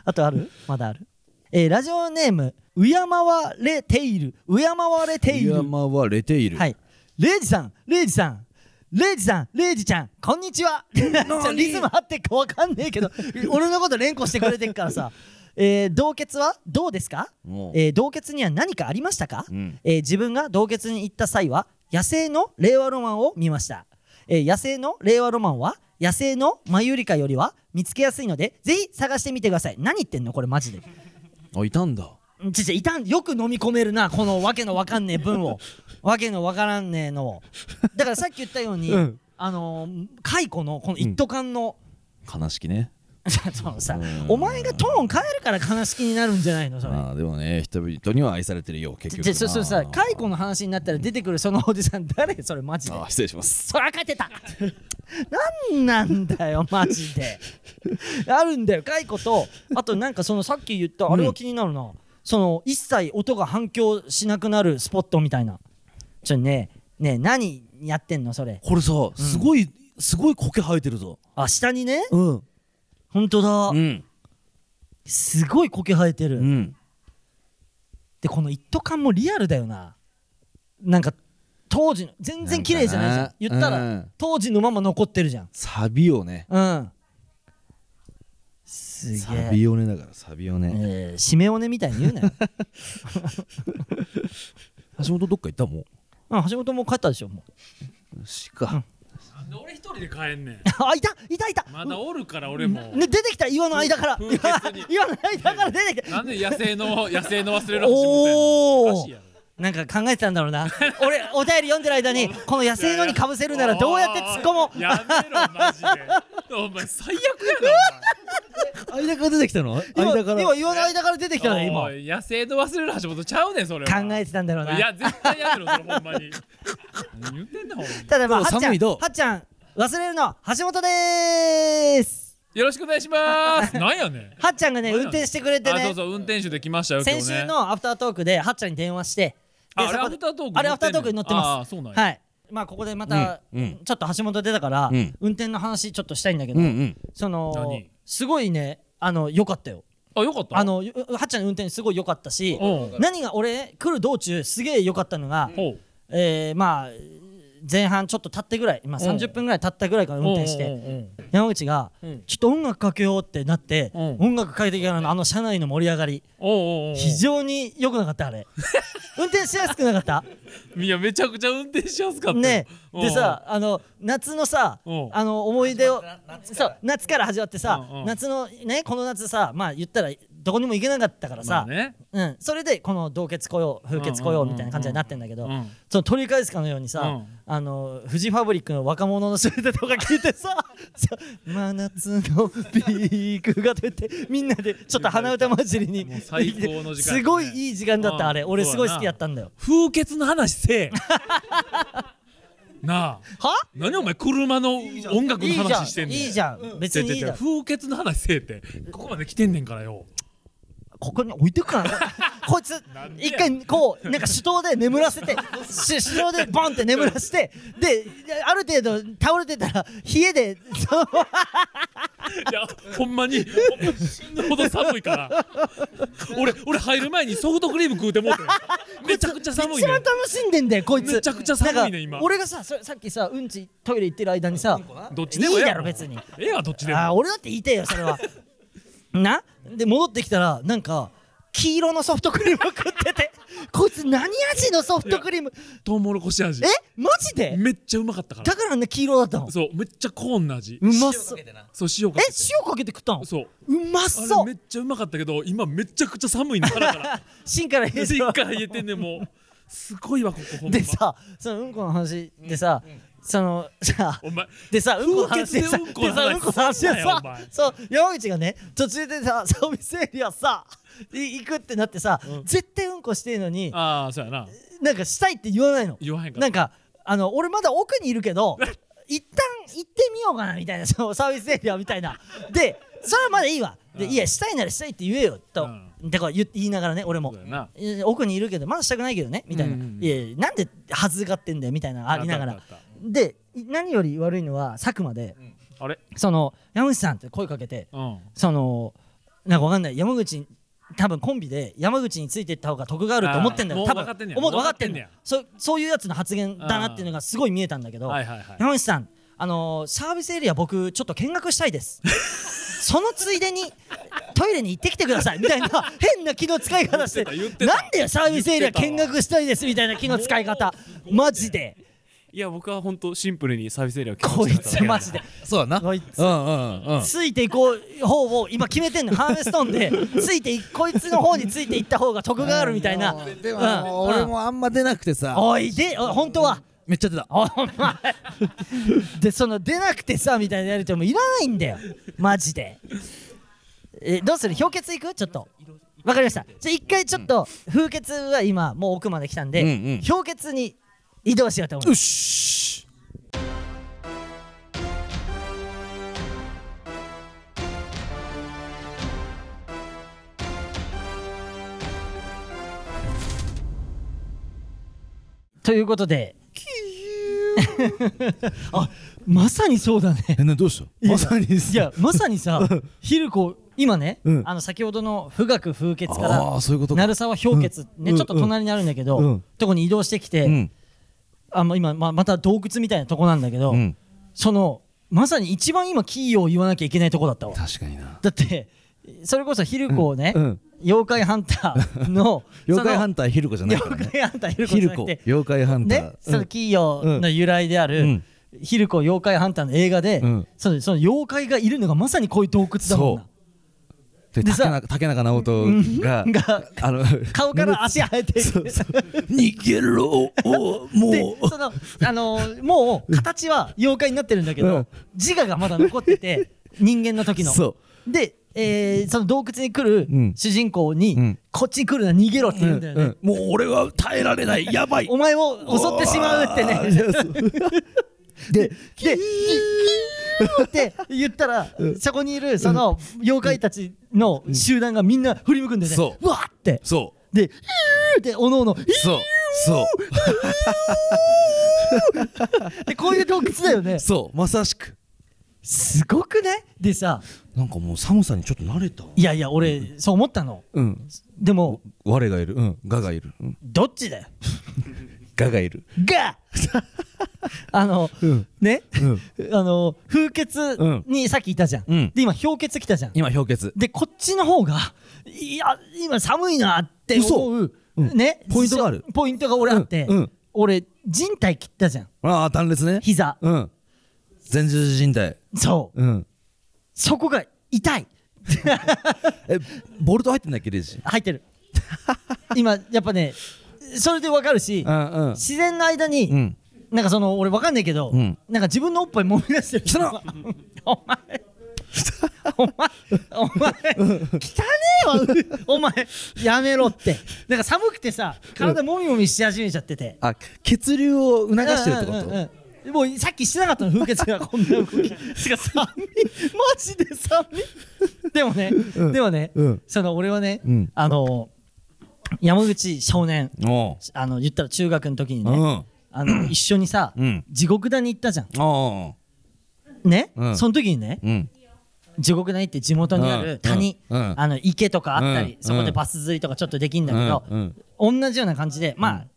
A: あとあるまだあるえーラジオネーム「敬われている」「敬われている」
B: 山はれている
A: はい。レイジさん、レイジさん、レイジさん、レイジちゃん、こんにち は。ちょリズム合ってっかわかんねえけど、俺のこと連呼してくれてるから さ。えー、凍結はどうですか、
B: もう
A: えー、凍結には何かありましたか、
B: うん
A: えー自分が凍結に行った際は野生の令和ロマンを見ました、えー野生の令和ロマンは野生のマユリカよりは見つけやすいのでぜひ探してみてください何言ってんのこれマジで
B: あいたんだ
A: ちちいたんよく飲み込めるなこのわけのわかんねえ文 をわけのわからんねえのをだからさっき言ったように、
B: うん
A: あのー蚕のこの一斗缶の、
B: 悲しきね
A: そのさ
B: うん
A: お前がトーン変えるから悲しきになるんじゃないのそれ。
B: まあでもね人々には愛されてるよ結局
A: じゃそそれさ蚕
B: の
A: の話になったら出てくるそのおじさん誰それマジで
B: あ失礼します
A: そら勝てたなんなんだよマジであるんだよ蚕とあとなんかそのさっき言ったあれは気になるな、その一切音が反響しなくなるスポットみたいなちょねえねえ何やってんのそれ
B: これさすごいすごい苔生えてるぞ
A: あ下にね
B: うん
A: ほんとだ、
B: うん
A: すごい苔生えてる、
B: うん
A: でこの一斗缶もリアルだよななんか当時の全然綺麗じゃないじゃん言っ
B: なんかな
A: たら、
B: うん
A: 当時のまま残ってるじゃん
B: サビをね
A: うんすげえ
B: サビをねだからサビをね
A: えー、シメオネみたいに言うなよ。
B: 橋本どっか行ったもん
A: うん、橋本も帰ったでしょ、もう。
B: しか
D: なんで俺一人で帰んねん
A: あ、いたいたいた、
D: まだおるから俺も
A: ね、出てきた、岩の間から。
D: 風
A: 岩
D: 風に
A: の間から出てきた。
D: なんで野生の野生の忘れる橋
A: おー
D: みたいなおかしいやろ
A: なんか考えてたんだろうな。俺、お便り読んでる間に、この野生のにかぶせるならどうやって突っ込も。
D: おいうやめろマジで お前最悪やな
B: 間から出てきたの
A: 今、
B: 間から
A: 今岩の間から出てきた
D: お
A: ね、
D: 前
A: 今。
D: おい野生の忘れる橋本ちゃうねんそれは。
A: 考えてたんだろうない
D: や絶対やめろそれほんまに何言ってんだほんまに
A: ただ、まあ、
B: ど
A: はっ
B: う
A: ちゃん、
B: 寒いどう
A: はっちゃん、忘れるの、橋本でーす。
D: よろしくお願い しますなんやねん
A: はっちゃんがね、
D: どう
A: 運
D: やの
A: 転してくれて
D: あそ
A: ね
D: う。そう運転手で来ましたよ今
A: 先
D: 日ね
A: 週のアフタートークで、はっちゃんに電話して。
D: あ
A: で
D: あれ
A: そこ
D: ア
A: で
D: フタートーク
A: あれアフタートークに載ってます
D: ああそうなんや
A: はい。まあここでまた、
B: うんうん
A: ちょっと橋本出たから、
B: うん
A: 運転の話ちょっとしたいんだけど、
B: うんうん
A: その
D: 何
A: すごいねあの良かったよ
D: あよかった
A: あのよはっちゃんの運転すごい良かったし
D: うん
A: 何が俺来る道中すげえ良かったのが、
D: ほう
A: えーまあ前半ちょっと経ってぐらい今
B: うん
A: 30分ぐらい経ったぐらいから運転して
B: て
A: 山口が「ちょっと音楽かけよう」ってなって
B: うん
A: 音楽かけてからのあの車内の盛り上がり非常に良くなかったあ れ運転しやすくなかった
D: いやめちゃくちゃ運転しやすかったよ
A: ね
D: うん
A: でさあの夏のさ
D: うん
A: あの思い出をそう夏から始まってさ
D: うんうん
A: 夏のねこの夏さまあ言ったらどこにも行けなかったから
D: まあ
A: さ
D: ね
A: うんそれでこの同結雇用風結雇用みたいな感じになってんだけ
D: う
A: ど
D: ん
A: その取り返すかのようにさ、
D: うん
A: あのフジファブリックの若者の集団とか聞いてさ そう真夏のピークが出てみんなでちょっと鼻歌交じり
D: もう
A: に
D: 最高の時間だね
A: すごいいい時間だった、
D: うん
A: あれ俺すごい好きやったんだよ
B: 風穴の話せえ
D: なあ
A: は
D: 何お前車の音楽
A: いい
D: の
A: じゃん
D: 話してんねん
A: いいじゃん別にいい
D: 違う違う違
A: だ
D: う
A: ろ
D: 風穴の話せえってここまで来てんねんからよ
A: ここに置いてく かなこいつ
D: なんでや
A: 一回こうなんか手刀で眠ら せてし手刀でボンって眠らせてである程度倒れてたら冷えでそう
D: いやほんまにほんま死ぬほど寒いから俺俺入る前にソフトクリーム食うてもうて めちゃくちゃ寒い
A: 一
D: ね
A: 番
D: ん
A: 楽しんでんだよこいつ
D: めちゃくちゃ寒いね
A: なんか
D: 今
A: 俺がさそさっきさうんちトイレ行ってる間にさ
D: どっちでもええ
A: いい
D: や
A: だろ別に
D: ええわどっちでも
A: ああ俺だって言いてえよそれ はなで戻ってきたらなんか黄色のソフトクリームを食っててこいつ何味のソフトクリーム
D: トウモロコシ味
A: えマジで
D: めっちゃうまかったから
A: だからあんな黄色だったの
D: そうめっちゃコーンの味
A: うまそうえ
D: そう塩かけて
A: 塩かけて食ったの
D: そう
A: うま
D: あ
A: そ
D: れめ
A: う
D: っちゃうまかったけど今めちゃくちゃ寒いねん腹 から
A: 芯から冷えて
D: 一
A: る
D: 回冷えてんねんもうすごいわここほんま
A: でさそのうんこの話でさそのさ
D: お前
A: でさ、うんこの話でさ、
D: 風
A: で
D: 穴でうんこの
A: さ、
D: 話
A: うんこの話です
D: んなよ
A: さ
D: お前、
A: そう、山口がね、途中でさ、サービスエリアさ、い行くってなってさ、絶対うんこしていいのに、
D: ああそうやな
A: なんかしたいって言わないの。
D: 言わへんかった
A: なんか、あの、俺まだ奥にいるけ ど、一旦行ってみようかなみたいな、そのサービスエリアみたいな。で、それはまだいいわ。で、
D: うん
A: いや、したいならしたいって言えよ、と。だから言言いながらね、俺も
D: そう。やない
A: や奥にいるけど、まだしたくないけどね、みたいな。
D: うんうんうん
A: いやいや、なんで恥ずかってんだよ、みたいな、ありなが
D: あっ
A: ら
D: た。あったあっ
A: で、何より悪いのは、佐久間で、
D: たあれ
A: その山口さんって声かけて
D: うん
A: そのなんかわかんない山口に多分コンビで山口についていった方が得があると思ってんだよ
D: あー
A: 多
D: もう
A: 分
D: 分かってんねや
A: 思う分かってん
D: 分
A: ね
D: かっ
A: やそうそういうやつの発言だなっていうのがすごい見えたんだけど、
D: はいはいはい
A: 山口さんあのーサービスエリア僕ちょっと見学したいです そのついでにトイレに行ってきてくださいみたいな変な気の使い方して
D: 言ってた言ってた
A: なんでサービスエリア見学したいですみたいな気の使い方マジで
E: いや僕は本当シンプルにサービスエリアを決
A: こ
E: め
A: い
E: てただ
A: つ
E: けなん
A: マ
E: で
A: ジで
B: そうやなうん
A: こいつ
B: うんうん
A: ついていこう方を今決めてんのハーベストーンで ついていこいつの方についていった方が得があるみたいな
B: でも
A: うん
B: 俺もあんま出なくてさ
A: おいでお本当は
B: めっちゃ出た
A: お前でその出なくてさみたいなやりとりもいらないんだよマジでえどうする氷結いくちょっとわかりましたじゃあ一回ちょっと風結は今もう奥まで来たんで、
B: うんうん
A: 氷結に移動しようと思います
B: よし
A: ということであまさにそうだね
B: えなどうしたまさに
A: いやまさにさヒルコ今ね、
B: うん
A: あの先ほどの富岳風穴か
B: あ
A: ら
B: あそういうことか
A: 鳴沢氷結ね、
B: うん
A: ちょっと隣にあるんだけど、
B: うん
A: とこに移動してきて、
B: うん
A: あもう今、まあ、また洞窟みたいなとこなんだけど、
B: うん
A: そのまさに一番今キーを言わなきゃいけないとこだったわ
B: 確かにな
A: だってそれこそヒルコをね、
B: うん
A: 妖怪ハンターの
B: 妖怪ハ
A: ン
B: ンターヒルコじゃないから
A: 妖
B: ね
A: 怪ハンターヒル
B: ヒル
A: コ
B: コ
A: じゃなくて
B: 妖怪ハンタ
A: ね
B: ー、
A: その企業の由来である、
B: うん
A: ヒルコ妖怪ハンターの映画で、
B: うん
A: そのその妖怪がいるのがまさにこういう洞窟だもんな
B: そうで
A: で
B: 竹
A: さ
B: 中竹中直人が
A: が
B: あの
A: 顔から足生えて
B: そう
A: る
B: そう逃げろお
A: で
B: もう
A: そのあのーもう形は妖怪になってるんだけど、
B: うん
A: 自我がまだ残ってて人間の時の
B: そ
A: で、えーその洞窟に来る
B: うん
A: 主人公に、
B: うん
A: こっちに来るな逃げろって
B: う
A: 言うんだよね、
B: うんもう俺は耐えられないやばい
A: お前を襲ってしまうってね
B: で
A: で、 って言ったら、そこにいるその妖怪たちの集団がみんな振り向くんでね、
B: そう
A: わーって、
B: そ
A: で、ヒューって、おのおの、ヒュ
B: うそうそ
A: ーってこういう洞窟だよね
B: う。そうまさしく
A: すごくねでさ、
B: なんかもう寒さにちょっと慣れた
A: いやいや、俺、そう思ったの。
B: うん
A: でも、
B: 我がいるうん我がいるうん
A: どっちだよ。
B: 我がいる
A: があの
B: うん
A: ね
B: うん
A: あの風穴にさっきいたじゃん、
B: うん
A: で今氷結来たじゃん
B: 今氷結
A: でこっちの方がいや今寒いなって思う、
B: 嘘うん
A: ね
B: ポイントがある
A: ポイントが俺あって、
B: うんうん
A: 俺人体切ったじゃん
B: ああ断裂ね
A: 膝
B: うん前十字靭帯
A: そう
B: うん
A: そこが痛い
B: えボルト入ってんだっけレイジ
A: 入って る今やっぱねそれでわかるし
B: うんうん
A: 自然の間に、
B: うん
A: なんかその俺わかんないけど、
B: うん
A: なんか自分のおっぱい揉み出してる
B: 汚っ
A: お前お前お前汚ねえわお前やめろってなんか寒くてさ体もみもみし始めちゃってて
B: あ血流を促してるってこ
A: うんうんうん
B: と
A: うんもうさっきしてなかったの風穴がこんな動きしか寒いマジで寒いでもね、
B: うん
A: でもね、
B: うん
A: その俺はね、
B: うん
A: あの山口少年
B: お
A: あの言ったら中学の時に
B: う
A: ね、
B: うん
A: あ の一緒にさ、
B: うん
A: 地獄谷行ったじゃん
B: お
A: ね、
B: うん
A: その時にね
B: ううん
A: 地獄谷って地元にある谷、
B: うんうん
A: あの池とかあったり、
B: うん
A: そこでバス釣りとかちょっとできんだけど、
B: うん
A: 同じような感じでまあ、
B: うん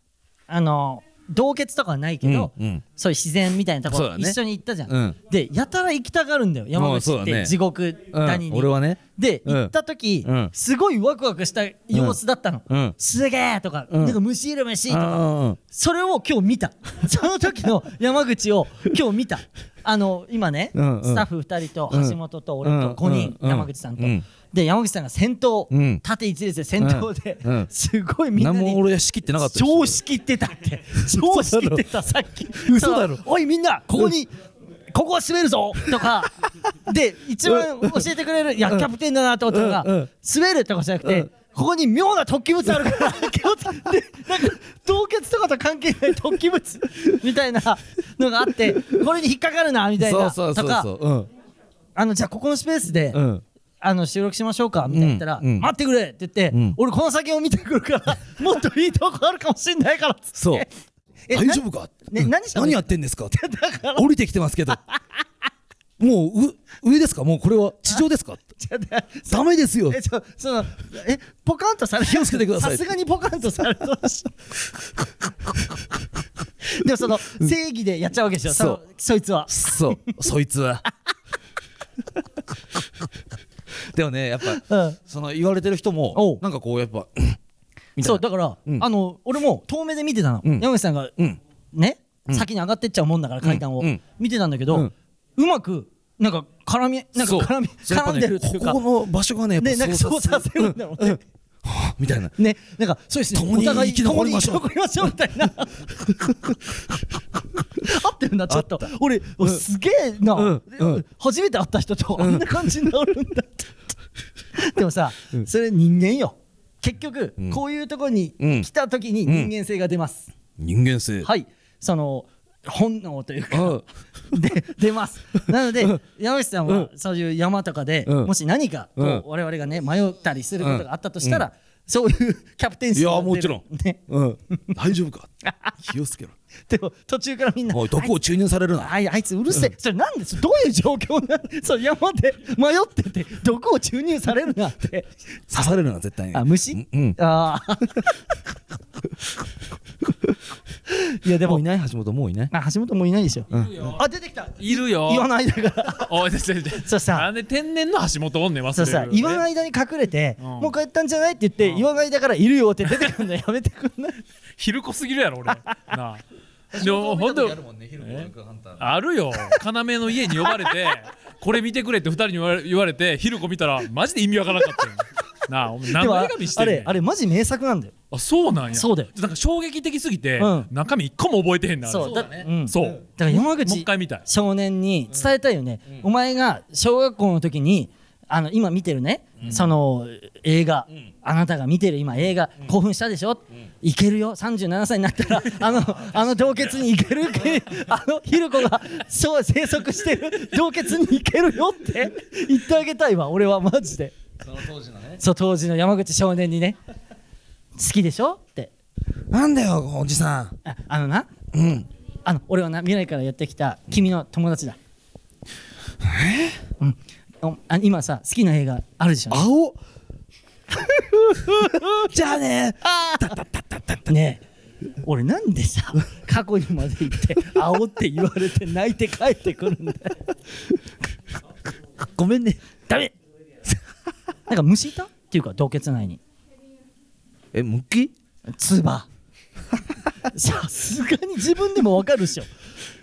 A: あの洞穴とかはないけど、
B: うんうん
A: そういう自然みたいなとこ
B: そう
A: ろ、
B: だね
A: 一緒に行ったじゃん、
B: うん
A: でやたら行きたがるんだよ山
B: うんそ
A: 口
B: う
A: っ
B: だ
A: て
B: ね
A: 地獄谷に、
B: 俺はね
A: で
B: うん
A: 行った時、
B: うん
A: すごいワクワクした様子だったの、
B: うんうん
A: すげえとか、
B: うん
A: なんか虫いる虫とか、
B: あ
A: それを今日 見たその時の山口を今日見たあの今ね、
B: うんうん
A: スタッフ2人と
B: うん
A: 橋本と俺と5人、
B: うんうん
A: 山口さんと、
B: うん
A: で山口さんが先頭、
B: うん
A: 縦一列で先頭で、
B: うんう ん
A: すごいみんな
B: 何も
A: に
B: 俺は仕切ってなかった
A: 超仕切ってた って超仕切ってたさっき
B: 嘘だろ
A: そのおいみんなここに、ここは滑るぞと かで一番教えてくれる、いやキャプテンだなと思ったのが、
B: うんうん
A: 滑るとかじゃなくて、
B: うん
A: ここに妙な突起物あるから気をつけてなんか凍結とかと関係ない突起物みたいなのがあってこれに引っかかるなみたいな
B: そうそ
A: と
B: うそう
A: か
B: そううん
A: あのじゃあここのスペースで、
B: うん
A: あの収録しましょうかみたいな言ったら、
B: うんうん
A: 待ってくれって言って、
B: うん
A: 俺この先を見てくるからもっといいとこあるかもしれないからっつって
B: そう
A: え
B: 大丈夫か
A: ね
B: うん
A: 何したの
B: 何やってんで すかって降りてきてますけどもうう上ですかもうこれは地上ですか
A: な
B: ダメですよ
A: えそそのえポカンとされ
B: 気をつけてください
A: さすがにポカンとされそうだしでもその正義でやっちゃうわけでしょその
B: そ
A: そいつは
B: そうそいつ はでもねやっぱ
A: うん
B: その言われてる人
A: お
B: も
A: う
B: なんかこうやっぱみた
A: そ
B: いう
A: だ
B: な
A: から、
B: うん
A: あの俺も遠目で見てたの、
B: うん
A: 山口さんが、
B: うん
A: ね、先に上がってっちゃうもんだから階段を、
B: うんうん
A: 見てたんだけど、
B: う
A: うんまくなんか絡みなんか
B: そう
A: 絡み
B: そうや
A: 絡
B: っぱ
A: ん
B: ね
A: でるっていうか
B: ここの場所がねやっぱ
A: ねなんかそうさせるんだろうね、
B: みたいな
A: ねなんかそうですね
B: 共に
A: お互い
B: 生き残りましょう
A: 共に生き残りましょうみたいな 合ってるなちょっと俺、
B: ん
A: すげえな、
B: うんうん
A: 初めて会った人とあんな感じになるんだ って、でもさ、それ人間よ結局、
B: ん
A: こういうとこに
B: うん
A: 来た時に人間性が出ます、
B: 人間性
A: はいその本能というか
B: うん
A: で出ますなので山口さんはそういう山とかで、
B: うん
A: もし何かこう、
B: うん
A: 我々がね迷ったりすることがあったとしたら、そういうキャプテンシーが
B: いやもちろん
A: 出るね、
B: うん大丈夫か気をつけろ
A: でも途中からみんな
B: おい毒を注入されるな
A: あいあいつうるせえ、それなんでそれどういう状況なのそう山で迷ってて毒を注入されるなって
B: 刺されるな絶対に
A: あ虫、
B: うんうん
A: ああいやで
B: も
A: も
B: ういない橋本もういない
A: あ橋本もういないでしょ、あ出てきた
D: いるよ
A: 言わないだから
D: おいちょちょちょ
A: そうさ
D: なんで天然の橋本おんねん忘れる
A: そうさ岩の間に隠れて、
D: うん
A: もう帰ったんじゃないって言って、
D: うん
A: 岩の間からいるよって出てくるのやめてくんない
D: 昼子すぎるや ろ俺なあでも本当あるよ要の家に呼ばれてこれ見てくれって二人に言われ言われて昼子見たらマジで意味わからなかったよなあお前何
A: でも
D: の
A: あ
D: 映画見して
A: あ
D: んねん
A: れあれマジ名作なんだよ
D: あそうなんや
A: そうだよ
D: なんか衝撃的すぎて、
A: うん
D: 中身一個も覚えてへんなあれ
A: そうだうん
D: そう、
A: だから山
D: もう一
A: 口
D: 回見たい
A: 少年に伝えたいよね、お前が小学校の時にあの今見てるね、その映画、あなたが見てる今映画、興奮したでしょ、いけるよ37歳になった らあのあの洞穴に行け るあのヒルコがそう生息してる洞穴に行けるよって言ってあげたいわ俺はマジでその当時のねそう当時の山口少年にね好きでしょって
B: なんだよおじさん
A: ああのな
B: うん
A: あの俺はな未来からやってきた君の友達だえうんおあ今さ好きな映画あるでしょ
B: 青 じゃあね
A: ねえ俺なんで さ過去にまで行って煽って言われて泣いて帰ってくるんだよごめんねダメなんか虫いたっていうか洞穴内に
B: えムキ
A: ツバさすがに自分でもわかるっしょ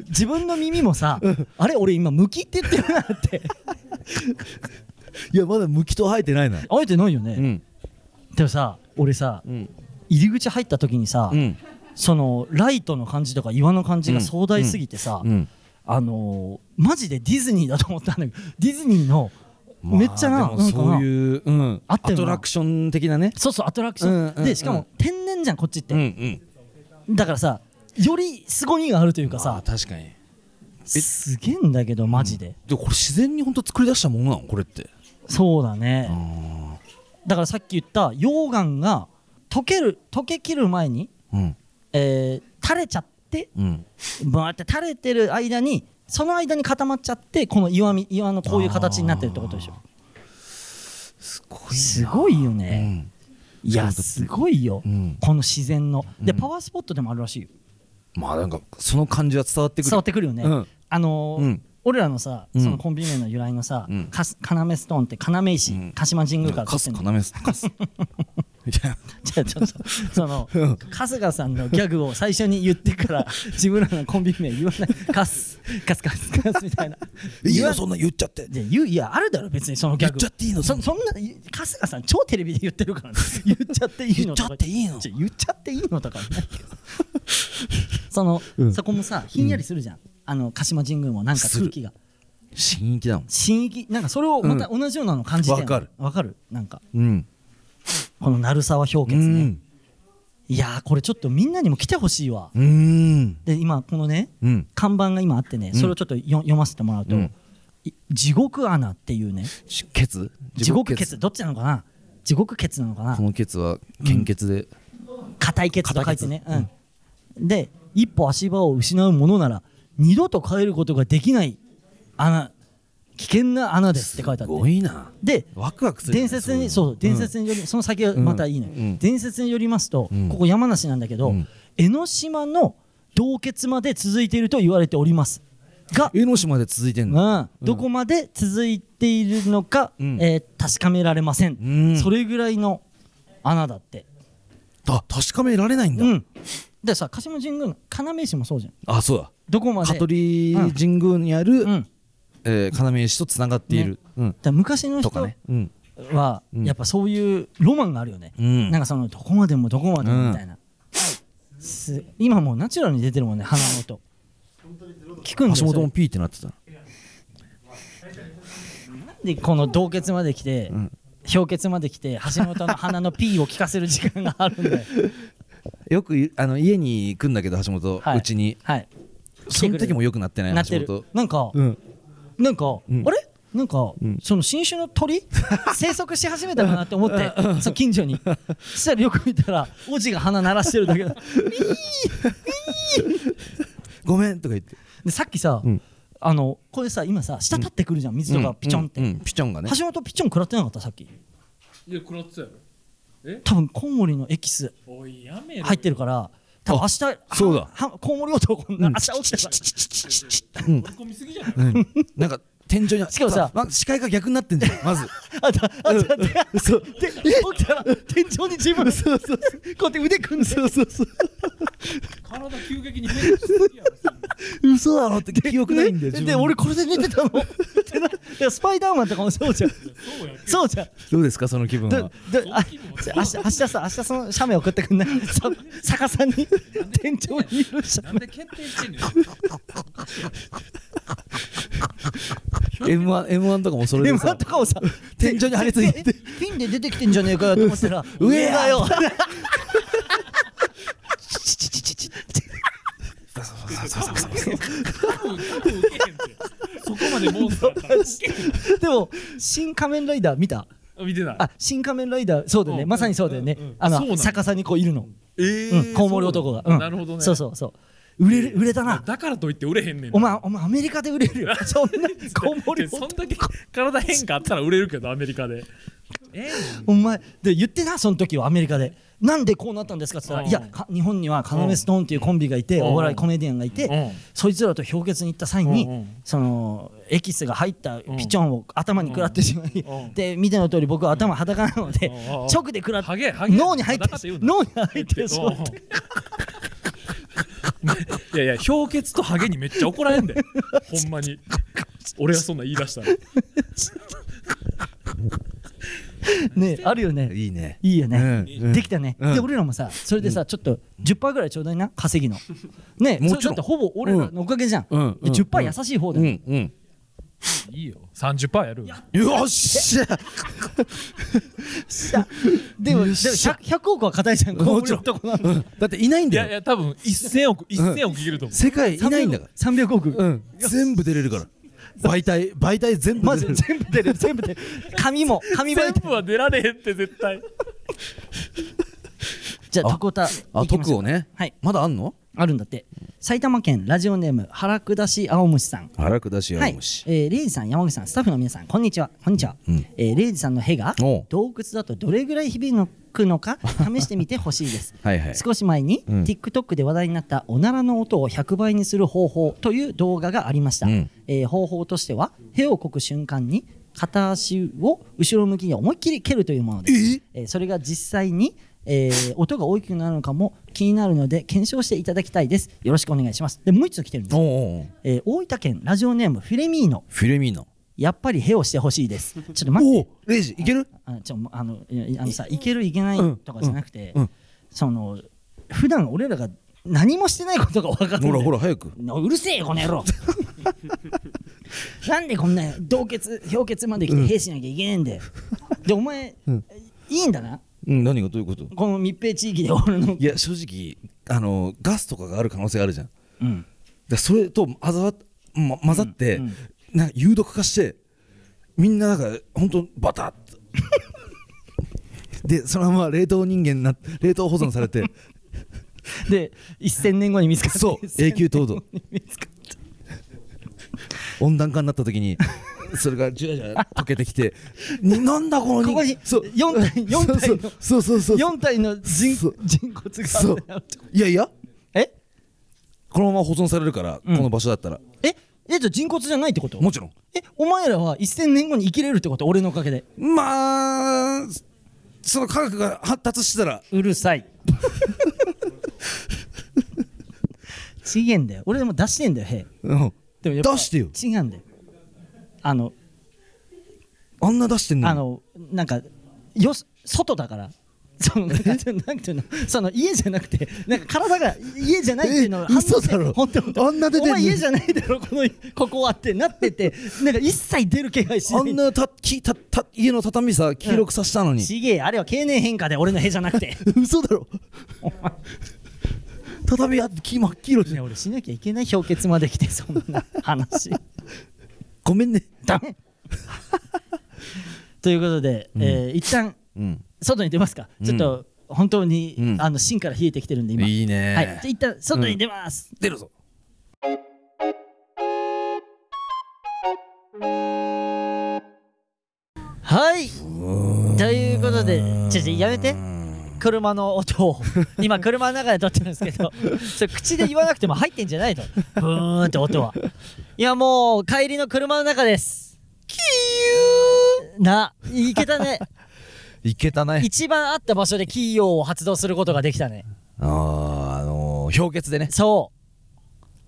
A: 自分の耳もさあれ俺今ムキって言ってるなって
B: いやまだムキと生えてないな
A: あえてないよね、
B: ん
A: でもさ俺さ
B: うん
A: 入り口入った時にさ、
B: うん
A: そのライトの感じとか岩の感じが壮大すぎてさ、
B: うん
A: あのーマジでディズニーだと思ったんだけど ディズニーの
B: まあ
A: めっちゃななん
B: でも
A: かな
B: そういううん
A: 合
B: ア
A: ってるな
B: トラクション的なね
A: そうそうアトラクション、
B: うんうんうん
A: でしかも天然じゃんこっちって、
B: ん
A: だからさより凄みがあるというか
B: さあ
A: さ
B: 確かに
A: すげえんだけどマジで、
B: でこれ自然に本当作り出したものなのこれって
A: そうだね、だからさっき言った溶岩が溶ける溶けきる前に、
B: うん
A: えー垂れちゃって
B: うん
A: バーって垂れてる間にその間に固まっちゃってこの岩み岩のこういう形になってるってことでしょ
B: すご
A: すごいよ
B: う
A: ね、
B: ん
A: いやすごいよ、
B: うん
A: この自然ので
B: うん
A: パワースポットでもあるらしいよ
B: まあなんかその感じは伝わってくる
A: 伝わってくるよね、
B: うん
A: あのー
B: うん
A: 俺らのさ、
B: うん
A: そのコンビ名の由来のさ、
B: うん
A: かす要ストーンって要石、
B: うん
A: 鹿島神宮から
B: カ
A: 取
B: ス
A: って
B: か
A: んの
B: なめすカス いや
A: じゃあちょっとその春日さんのギャグを最初に言ってから自分らのコンビ名言わないカスカスカスカスみたいない
B: い
A: 言わ
B: よそんな言っちゃって
A: じゃあ言ういやあるだろ別にそのギャ
B: 言っ
A: グ
B: ちゃっていいの
A: そそんな春日さん超テレビで言ってる から、ね、言っちゃっていいのとか
B: 言っちゃっていいの
A: ちょ言っちゃっていいのとかないけどその、
B: うん
A: そこもさひんやりするじゃん、あの鹿島神宮もなんか空気が
B: 新域だもん
A: 新域なんかそれをまた同じようなの感じて
B: わかる
A: わかるなんか
B: うん
A: この鳴沢氷
B: う
A: 結ね、
B: ん
A: いやーこれちょっとみんなにも来てほしいわ
B: うん
A: で今このね
B: うん
A: 看板が今あってね、
B: うん
A: それをちょっとよ読ませてもらうと、
B: うん
A: い地獄穴っていうね
B: しケツ
A: 地獄ケツどっちなのかな地獄ケツなのかな
B: このケツは献血で
A: 硬いケツと書いてね、うん、で一歩足場を失うものなら二度と変えることができない穴危険な穴ですって書いてあ
B: す
A: って
B: ごいな
A: で
B: ワクワクするね
A: 伝説にそう伝説によりその先はまたいいね、
B: うん
A: 伝説によりますと、
B: うん
A: ここ山梨なんだけど、
B: うん
A: 江ノ島の洞穴まで続いていると言われておりますが、
B: 江ノ島で続いてん
A: う
B: の
A: んどこまで続いているのか、
B: うん
A: えー確かめられません、
B: うん
A: それぐらいの穴だって、
B: あ確かめられないんだ
A: うん、でさ鹿島神宮の要石もそうじゃん
B: あそうだ
A: どこまで
B: 香取神宮にあ
A: う
B: る
A: ん、だか
B: えー要石とつながっているうん
A: ら昔の人
B: とかねうん
A: は
B: うん
A: やっぱそういうロマンがあるよね、
B: うん
A: なんかそのどこまでもどこまでもみたいな、す今もうナチュラルに出てるもんね鼻の音聞くんです
B: 橋
A: よそ
B: 本
A: れ
B: もピーってなってた
A: でこの洞穴まで来て、氷結まで来て橋本の鼻のピーを聞かせる時間があるんだ よ
B: よくいあの家に行くんだけど橋本
A: はいう
B: ちに
A: はい
B: その時も
A: よ
B: よくなってない
A: なって
B: 橋
A: る
B: 本
A: なんか、
B: うん
A: なんか、
B: ん
A: あれなんか、
B: ん
A: その新種の 鳥生息し始めたかなって思ってそう近 所にそしたらよく見たらおじが鼻鳴らしてるだ けだ
B: ごめんとか言って
A: でさっきさ、
B: うん
A: あのこれさ今さ下立ってくるじゃん水とかピチョンって、
B: うんうんピチョンがね
A: 橋本ピチョン食らってなかったさっき
D: いや食らってたやろ
A: 多分コウモリのエキス
D: おいやめろ
A: 入ってるから多分明日
B: そうだ
A: はコウモリ男にな明日起きて
D: 盛り込みすぎじゃない
B: なんか天井に
A: しかもさ
B: ま視界が逆になってんじゃんまず
A: たあだあだでで起きたら天井に自分そうそうこうやって腕組んでそうそうそう
D: 体急激に変化しすぎやろそんな
B: 嘘だろ って記憶ないんだよ自分
A: で俺これで寝て たのってないやスパイダーマンとかもそうじゃん
D: そうや
A: そうじゃん
B: どうですかその気分
A: で
B: は
A: であ明日明日さ明日その写メ送ってくんないさ逆さに天井にいる写
D: な
A: メ
D: んで決定してんのよ
B: M1, M1 とかもそれ
A: で
B: で
A: も
B: さ
A: とかもさ
B: 天井に張り付いて
A: えピンで出てきてんじゃねえかよと思ったら
B: う ん
A: 上だよ
D: 多分多分受けへんってそこまでモンスターから
A: でも新仮面ライダー見た
D: あ見てない
A: あ新仮面ライダーそうだよね
D: うん
A: まさにそうだよね
D: うんうん
A: あ
D: そう
A: の
D: なの
A: 逆さにこういるの
D: え
A: うん
D: ー
A: コウモリ男がうん
D: なるほどね
A: そうそうそう売れる売れたな
D: だからといって売れへんねん
A: お前お前アメリカで売れ るよそんなコウモリ
D: そん
A: 男
D: だけ体変化あったら売れるけどアメリカでええ
A: お前で言ってなその時はアメリカでなんでこうなったんですかって言ったら、
D: うん
A: いやか日本にはカナメストーンっていうコンビがいて、
D: うん
A: お笑いコメディアンがいて、そいつらと氷結に行った際に、
D: うんうん
A: そのエキスが入ったピチョンを頭に食らってしまい、
D: うん
A: で見ての通り僕は頭裸なので、
D: うん
A: 直で食らって
D: ハゲハゲ
A: 脳に入って
D: 裸言うな
A: 脳に入ってしまって
D: いやいや氷結とハゲにめっちゃ怒られんでほんまに俺がそんなん言い出したら
A: ねあるよね
B: いいね
A: いいよね、
B: うん
A: できたね、
B: うん
A: で俺らもさそれでさ、ちょっと10%ぐらいちょうだいな稼ぎのね
B: もちろ
A: そ
B: ん
A: れだってほぼ俺らのおかげじゃん、
B: うんう
A: で
B: ん
A: 10%優しい方だ
B: う
A: よ、
B: んうん
D: いいよ30%やる
B: よっしゃ
A: でもでも 100, 100億は硬いじゃん
B: もちろん
A: この男なんて
B: うんだっていないん
D: い
B: だ
D: や
B: よ
D: いや多分1000億1000億いけると思
B: 世界いないんだから
A: 300億、
B: うん全部出れるから媒体媒体全部
A: マ
B: 出
A: ジ
B: れ
A: 全
B: る
A: 部 出る全部出る紙も紙
D: う
A: 媒
D: 全
A: 体
D: 部は出られへんって絶対
A: じゃあ
B: あ
A: 徳田
B: あ
A: 行きまし
B: 徳
A: ょう
B: をね
A: はい
B: まだあんの
A: あるんだって埼玉県ラジオネーム腹下し青虫さん
B: 腹下し
A: はい、えー、レイジさん、山口さん、スタッフの皆さん、こんにちは。こんにちは。
B: うん
A: えーレイジさんのヘが
B: おう
A: 洞窟だとどれぐらい響くの か試してみてほしいです。
B: はいはい
A: 少し前に、
B: うん
A: TikTok で話題になったおならの音を100倍にする方法という動画がありました、
B: うん
A: えー方法としてはヘをこく瞬間に片足を後ろ向きに思いっきり蹴るというものです、えーそれが実際に、えー音が大きくなるのかも気になるので検証していただきたいですよろしくお願いしますでもう一つ来てるんです
B: おうおうおう
A: えー大分県ラジオネームフィレミーノ
B: フィレミーナ
A: やっぱりヘをしてほしい ですちょっと待っ
B: お
A: て
B: おレイジいける
A: あちょあのいやあのさいけるいけないとかじゃなくて、
B: うんうん
A: その普段俺らが何もしてないことが分かるんだ
B: ほ
A: よ
B: らほら早く
A: なうるせえよこの野 郎なんでこんな凍結氷結まで来て兵しなきゃいけねえんだよ、でお前、いいんだな
B: うん何がどういうこと
A: この密閉地域で俺の
B: いや正直あのガスとかがある可能性があるじゃん
A: うん
B: でそれとあざわ、ま、混ざって、
A: うんうん
B: なんか有毒化してみんななんか本当バタッとでそのまま冷凍人間にな冷凍保存され て
A: で1000年後に見つかって
B: そう永 久凍土温暖化になった時にそれがじわじわ溶けてき てになんだこの人
A: ここに
B: そう
A: 四体四体の
B: そうそうそうそう
A: 4体の人
B: そう
A: 人骨があ
B: そう
A: るんだよ
B: いやいや
A: え
B: このまま保存されるから、
A: うん
B: この場所だったら
A: ええじゃあ人骨じゃないってこと
B: もちろん
A: えお前らは1000年後に生きれるってこと俺のおかげで
B: まあその科学が発達してたら
A: うるさい ちげえんだよ俺でも出してんだよへ
B: うん
A: でもやっぱ
B: 出してよ
A: 違うんだよあの、
B: あんな出してんのに
A: あのなんかよそ外だから そのなんかなんていうのその家じゃなくてなんか体が家じゃないっていうのを
B: え
A: 反応して
B: 嘘だろ
A: 本当本当
B: あんな出てんの
A: お前家じゃないだろこの ここはってなっててなんか一切出る気配しな
B: あ
A: い
B: んなたきたた家の畳さ黄色くさしたのに、
A: ちげえあれは経年変化で俺のへじゃなくて
B: 嘘だろ畳あって木真っ黄色じ
A: ね
B: ゃん
A: 俺しなきゃいけない氷結まで来てそんな話
B: ごめんね
A: ダメ ということで、えー一旦
B: うん
A: 外に出ますか、
B: ん
A: ちょっと本当に、
B: うん
A: あの芯から冷えてきてるんで今
B: いいね
A: はい、じゃあ一旦外に出ます、
B: 出るぞ
A: はいということでちょちょやめて車の音 を今車の中で撮ってるんですけどそれ口で言わなくても入ってんじゃないとブーンって音は今もう帰りの車の中ですキーユーないけたね
B: いけたね
A: 一番あった場所でキーヨーを発動することができたね
B: あーあのー、氷結でね
A: そ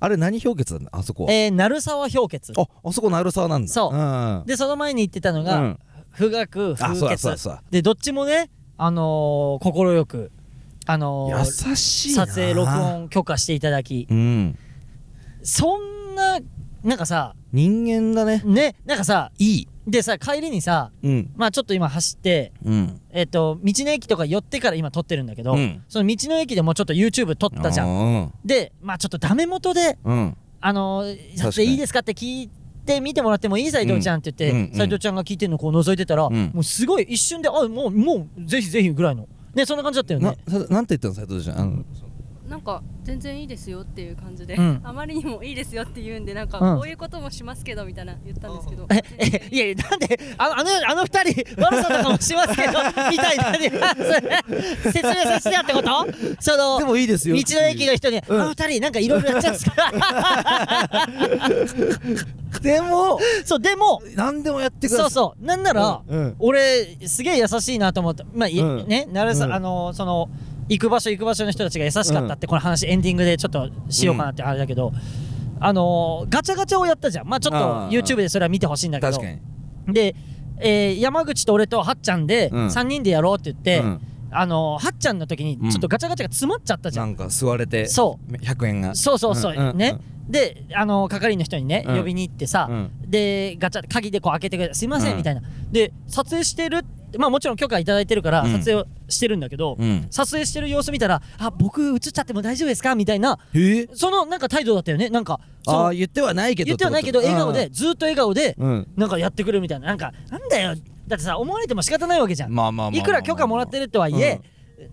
B: あれ何氷結だねあそこ
A: う
B: は
A: えー鳴沢氷結
B: ああそこ鳴沢なんだ
A: そうんでその前に言ってたのが、
B: うん
A: 富岳
B: あそ
A: 風
B: うだそうだそう
A: 結
B: だ
A: でどっちもねあのー、心よくあのー、
B: 優しいな
A: 撮影録音許可していただき
B: うん
A: そんななんかさ
B: 人間だね
A: ねなんかさ
B: いい
A: でさ帰りにさ
B: うん
A: まあちょっと今走って
B: うん
A: えっ、と道の駅とか寄ってから今撮ってるんだけど、
B: うん
A: その道の駅でもちょっと YouTube 撮ったじゃん
B: ん
A: でまあちょっとダメ元で
B: うん
A: あのー、撮
B: 確か
A: 影
B: に
A: いいですかって聞いて見てもらってもいい斎藤ちゃんって言っ
B: うん
A: て
B: うん
A: 斎、藤ちゃんが聞いてるのこう覗いてたら、
B: うん
A: もうすごい一瞬であもうもうぜひぜひぐらいのねそんな感じだったよ
B: な
A: ね
B: さなんて言ったの斉藤ちゃんあの
F: なんか全然いいですよっていう感じで、
A: うん
F: あまりにもいいですよって言うんでなんか
A: うん
F: こういうこともしますけどみたいな言ったんですけど、
A: えいやいやなんであのあのあの二人悪さとかもします けどみたいなねそれ説明させてやってことその
B: でもいいですよ
A: 道の駅の人に、
B: うん
A: あの二人なんかいろいろやっちゃうんですから
B: でも
A: そうでも
B: 何でもやってくだ
A: そ
B: さいう
A: そうなんなら、
B: うん
A: 俺すげえ優しいなと思ったまあ、い
B: うん
A: ねなるさ、
B: うん
A: あのその行く場所行く場所の人たちが優しかったって、この話エンディングでちょっとしようかなってあれだけど、あのガチャガチャをやったじゃんまあちょっと
B: あー
A: YouTube でそれは見てほしいんだけど
B: 確かに
A: で、えー山口と俺とはっちゃんで
B: うん
A: 3人でやろうって言って、
B: うん
A: あのはっちゃんの時に
B: うん
A: ちょっとガチャガチャが詰まっちゃったじゃ、
B: なんんか吸われて
A: そ
B: 100円が
A: うそうそうそう、
B: うんうん
A: ね、であの係の人にね、
B: うん
A: 呼びに行ってさ、
B: うん
A: でガチャ鍵でこう開けてくれすいません、
B: うん
A: みたいなで撮影してるってまあもちろん許可いただいてるから
B: うん
A: 撮影をしてるんだけど、
B: うん
A: 撮影してる様子見たら「あ僕映っちゃっても大丈夫ですか?」みたいな
B: へえ
A: そのなんか態度だったよねなんかその
B: ああ言ってはないけど
A: 言ってはないけど
B: って
A: 笑
B: こと
A: 顔でずっと笑顔で
B: うんうん
A: なんかやってくるみたいななんかなんだよだってさ思われても仕方ないわけじゃん
B: まあまあまあまあ
A: いくら許可もらってるとはいえ、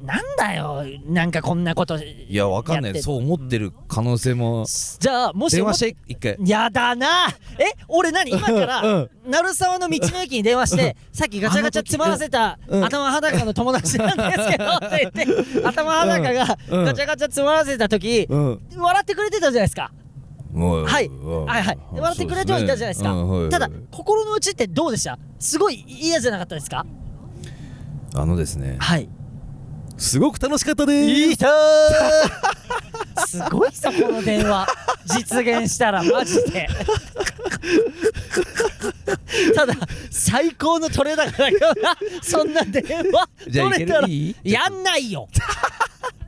A: なんだよなんかこんなこと
B: いやわかんな
A: やっ
B: い
A: て
B: そう思ってる可能性も
A: じゃあもし
B: 電
A: 思っ
B: 話して一回
A: やだなえ俺 何今から、
B: うん
A: 鳴沢の道の駅に電話 してさっきガチャガチャ詰まらせた
B: うん
A: 頭裸の友達なんですけどって言 って頭裸が
B: うん
A: ガチャガチャ詰まらせた時
B: うん
A: 笑ってくれてたじゃないですか
B: お
A: はい
B: お
A: はいはいで笑ってくれてはいたじゃないですか
B: そうねうんはいはい
A: ただ心の内ってどうでしたすごい嫌じゃなかったですか
B: あのですね
A: はい
B: すごく楽しかったです
A: い人すごいぞこの電話実現したらマジ でただ最高の取れ高だけどなそんな電話
B: じゃあい
A: 取
B: け
A: れた
B: る
A: ら
B: いい
A: やんないよ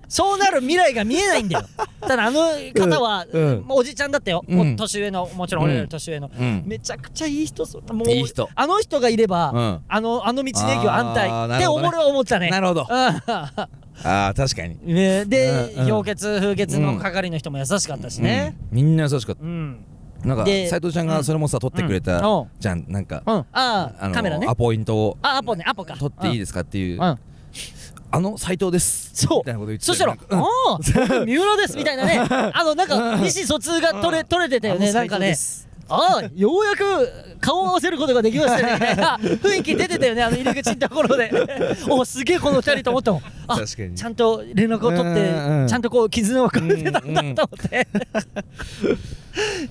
A: そうなる未来が見えないんだよただあの方は、
B: うんうん
A: おじちゃんだったよ、
B: うん
A: お年上のもちろん俺より年上の、
B: うん
A: めちゃくちゃいい人そうもう
B: いい人
A: あの人がいれば、
B: うん
A: あのあの道の駅は安
B: あー
A: 泰
B: な
A: っ
B: る
A: て
B: ほどね
A: 俺は思ったね
B: なるほど
A: うん
B: ああ確かに
A: ね、で、
B: うんうん
A: 氷結風結の係の人も優しかったしね。
B: うんみんな優しかっ
A: うん。うん。
B: たなんか
A: で
B: 斎藤ちゃんがそれもさ撮ってくれた
A: うん
B: じゃんなんか
A: ああ
B: あの
A: カメラね
B: ア。ポイントを
A: あ、アポね、アポか。
B: 撮っていい
A: で
B: ですかっていう
A: うん。
B: あの斎藤です
A: そう
B: みたいなこと言って
A: そしたら、あ
B: なんか
A: あー、三浦ですみたいなね。あの、なんか、意思疎通が取れ、取れてたよね、なんかね。ああ、ようやく顔を合わせることができましたね、み たいな雰囲気出てたよね、あの入り口のところ で。お、すげえこの二人と思ったもん。あ、
B: 確かに
A: ちゃんと連絡を取っ
B: うんうん
A: て、ちゃんとこう、絆を感じてたんだと思って。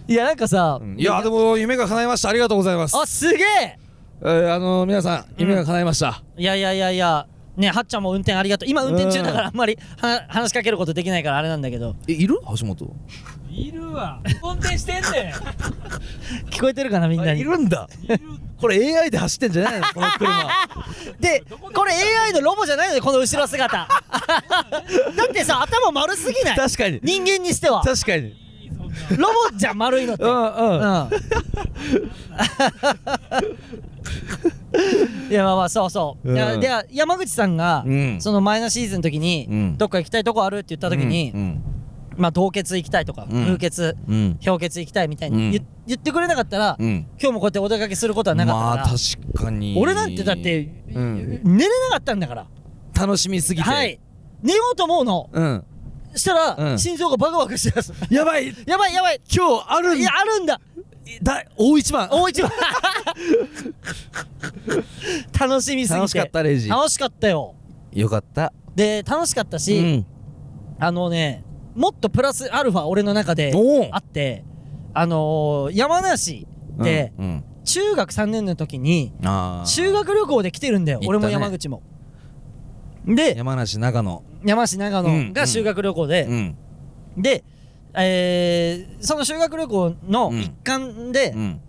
A: いや、なんかさ
B: う、んいやでも夢が叶いましたありがとうございます
A: あすげえ
B: えーあの皆さん夢が叶いました
A: いやいやいやいやねはっちゃんも運転ありがとう今運転中だからあんまりは話しかけることできないからあれなんだけど
B: えいる橋本
D: いるわ運転してんね
A: 聞こえてるかなみんなに
B: る んだこれ AI で走ってんじゃないのこの 車
A: でこれ AI のロボじゃないのでこの後ろ姿 だってさ頭丸すぎない
B: 確かに
A: 人間にしては
B: 確かに
A: ロボじゃん丸いのって
B: うんうん
A: うんいやまあまあそうそう、いや
B: うん
A: で山口さんが、
B: うん
A: その前のシーズンの時に、
B: うん
A: どっか行きたいとこあるって言った時に、
B: うん
A: まあ凍結行きたいとか、
B: うん
A: 風結
B: うん
A: 氷結行きたいみたい
B: うん
A: に言,、言ってくれなかったら、
B: うん
A: 今日もこうやってお出かけすることはなかった
B: ま
A: か
B: あ
A: ら、
B: 確かに
A: 俺なんてだって、
B: うん
A: 寝れなかったんだから
B: 楽しみすぎて
A: はい寝ようと思うの
B: うん
A: したら、
B: うん
A: 心臓がバクバクしだす
B: やばい
A: やばいやばい
B: 今日あるん
A: いやあるんだ
B: だ大一番
A: 大一番楽しみすぎて
B: 楽しかったレイジ
A: 楽しかったよ
B: よかった
A: で楽しかった
B: う
A: し、
B: ん
A: あのねもっとプラスアルファ俺の中で
B: お
A: あってあのー、山梨で、
B: うんうん
A: 中学3年の時に、
B: あー
A: 修学旅行で来てるんだよ、
B: 行ったね
A: 俺も山口もで
B: 山梨長野
A: 山梨長野が修学旅行で、
B: うん
A: で、えーその修学旅行の一環で、
B: うん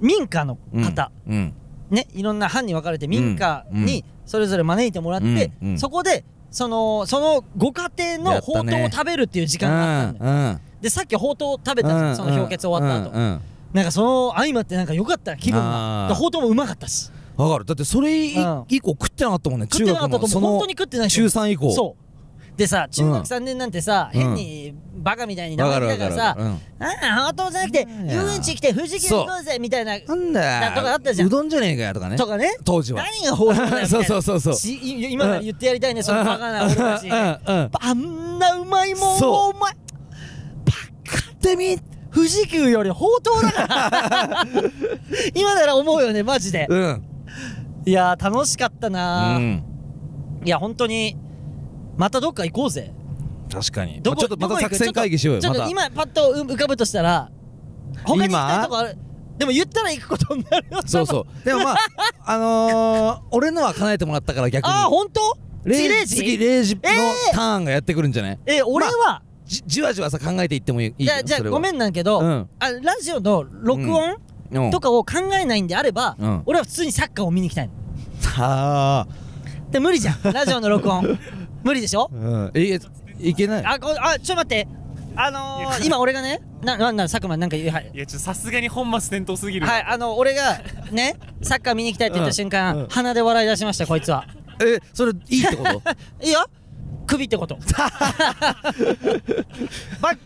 A: 民家の方、
B: うん
A: ねいろんな班に分かれて民家
B: う
A: にそれぞれ招いてもらって、
B: うんうん
A: そこでそのそのご家庭
B: や
A: の
B: った
A: ほうとう
B: ね
A: を食べるっていう時間があったんだよ、
B: うん
A: でさっきほうとうを食べたじゃん、その氷結終わった後、
B: うんうん
A: なんかその合間ってなんか良かった気分
B: あー
A: がでほうとうもうまかったし
B: わかるだってそれ以
A: うん
B: 以降食ってなかったもんね
A: 食
B: 中
A: ってなか
B: 学
A: ったと
B: の
A: 思
B: そう
A: 本
B: の
A: 当に食ってない人
B: 中3以降
A: そうでさ中
B: うん
A: 学3年なんてさ、
B: うん
A: 変にバカみたいに名
B: わか
A: 前
B: るわ
A: だか
B: かる
A: ら
B: わ
A: さ
B: かるうん
A: 「ああハートじゃなくて
B: うん
A: 遊園地来て富士急行こうぜ」みたいな
B: なんだよ
A: だとかあったじゃん
B: うどんじゃねえかよとかね
A: とかね
B: 当時は
A: 何が放送だよみたいな
B: そうそうそうそう
A: しい今から言ってやりたいねそのバカな俺たち
B: うんうんうん
A: あんんなうまいもん
B: そう
A: をお前パカってみ富士急より宝刀だから 今なら思うよねマジで
B: うん
A: いやー楽しかったな
B: う
A: ー、
B: ん
A: いや本当にまたどっか行こうぜ
B: 確かに
A: ど
B: まあ
A: こ
B: ちょっとま
A: ど
B: た
A: こ行く
B: 作戦会議しようよ
A: ちょ
B: ま
A: っと
B: た
A: 今パッと浮かぶとしたら他に行きたい
B: 今
A: とこあるでも言ったら行くことになるよ
B: そうそうでもまああのー俺のは叶えてもらったから逆 に
A: ああ本当次0
B: 次
A: 時
B: 0時の
A: えー
B: ターンがやってくるんじゃない
A: え俺は、
B: じじわじわさ考えていってもいいいい
A: じ
B: け
A: ゃあ
B: ど
A: じゃあ
B: それは
A: ごめんなんけど、
B: うん
A: あラジオの録音
B: うん
A: とかを考えないんであれば、
B: うん
A: 俺は普通にサッカーを見に行きたいの
B: はあ
A: で無理じゃん ラジオの録音無理でしょ
B: うんえいけない
A: あこあちょっと待ってあのー、今俺がねななんな佐久間なんか言うはい
E: いやちょっとさすがに本末転倒すぎる
A: はいあの俺がねサッカー見に行きたいって言った瞬間、鼻で笑い出しましたこいつは
B: えそれいいってこと
A: いいよ首ってこと 罰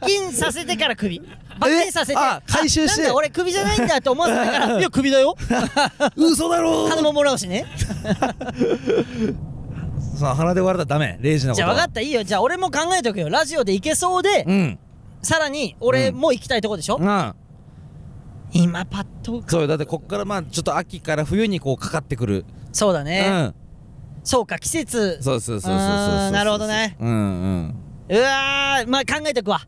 A: 金させてから首罰金させて
B: あ回収して
A: あなんだ俺首じゃないんだと思ってた からいや首だよ
B: 嘘だろ
A: 金ももらうしね
B: その鼻で割れたらダメ0時のこと
A: じゃあ分かったいいよじゃあ俺も考えとくよラジオで行けそうで、
B: うん
A: さらに俺も行きたいとこでしょ、
B: うん
A: 今パッと
B: そうよだってこっからまあちょっと秋から冬にこうかかってくる
A: そうだ
B: う
A: ね、
B: ん
A: そうか季節
B: そうそうそうそうそう
A: あ
B: そ
A: ー
B: う
A: なるほどね
B: うんうん
A: うわーまあ考えとくわ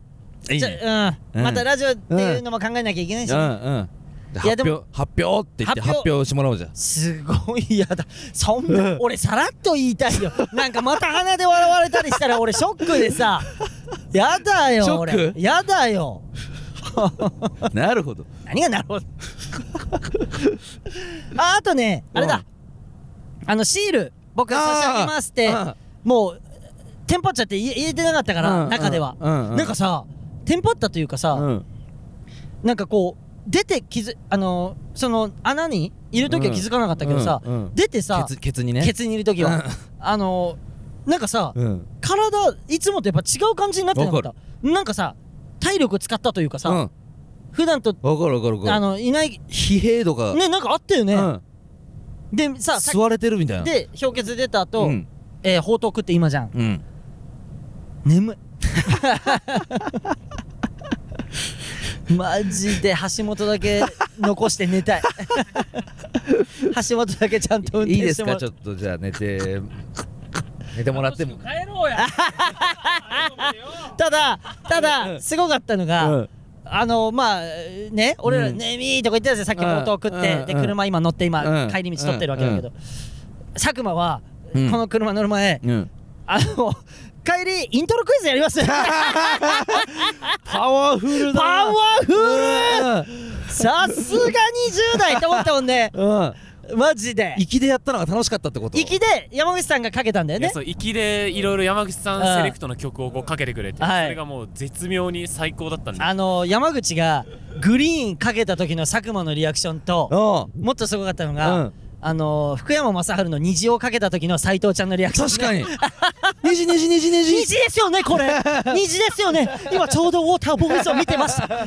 B: いい
A: じゃ
B: ね
A: あうん
B: うん
A: またラジオっていうのも考えなきゃいけないし、
B: うんうんで
A: いやで
B: 発
A: も
B: 表発表って言って
A: 発
B: 発
A: 表
B: 表してもらおうじゃん
A: すごい嫌だそんな俺さらっと言いたいよなんかまた鼻で笑われたりしたら俺ショックで さやだよ
B: ショック
A: 俺やだよ
B: なるほど
A: 何がなる ほどああとねあれだ、あのシール僕差し上げますって
B: あ
A: もうテンパっちゃって言え言えてなかったから、
B: うん
A: 中では、
B: うんうん
A: なんかさテンパったというかさ、
B: ーうん
A: なんかこう出て気づあのーその穴にいる時は気づかなかったけどさ、
B: うんうん
A: 出てさ
B: ケツケツにね
A: ケツにいる時は、あのーなんかさ、
B: うん
A: 体いつもとやっぱ違う感じになってなかっ
B: わ
A: たなんかさ体力使ったというかさ、
B: うん
A: 普段と
B: わかるわかるわか
A: あ
B: る
A: のいない
B: 疲弊度が
A: ねなんかあったよね、
B: うん
A: でささ
B: 吸われてるみたいな
A: で氷結出た後、
B: うん
A: えー、ほうとう食って今じゃん
B: うん
A: 眠いマジで橋本だけ残して寝 たい橋本だけちゃんと運
B: い
A: 転
B: いで
A: して
B: す
A: もら
B: か
A: う
B: ちょっとじゃあ 寝て寝てもらっても
D: 帰ろうや
A: ただただすごかったのが、
B: うん
A: あのまあね俺ら「
B: うん
A: ねみー」とか言ってたじゃんさっき
B: うん
A: 冒頭食って、
B: うん
A: で
B: うん
A: 車今乗って今、
B: うん
A: 帰り道取ってるわけだけど、佐久間は、
B: うん
A: この車乗る前
B: うん
A: あの帰りイントロクイズやります
B: パワフル
A: パワフル
B: ル
A: さすが20代と思ったもん ね
B: うん
A: マジで
B: 行きでやったのが楽しかったってこと
A: 行きで山口さんがかけたんだよ
E: いや
A: ね
E: そう粋でいろいろ山口さ
A: うん
E: んセレクトの曲をこうかけてくれて、
A: はい
E: それがもう絶妙に最高だったんで
A: あの山口がグリーンかけた時の佐久間のリアクションと
B: う
A: もっとすごかったのが、
B: うん
A: あの福山雅治の虹をかけた時の斎藤ちゃんのリアク
B: ん
A: ション、
B: 確 かにねじねじねじね
A: 虹
B: じ
A: ですよねこ れ虹ですよね今ちょうどウォーターボーイズを見てま したあん
B: あっ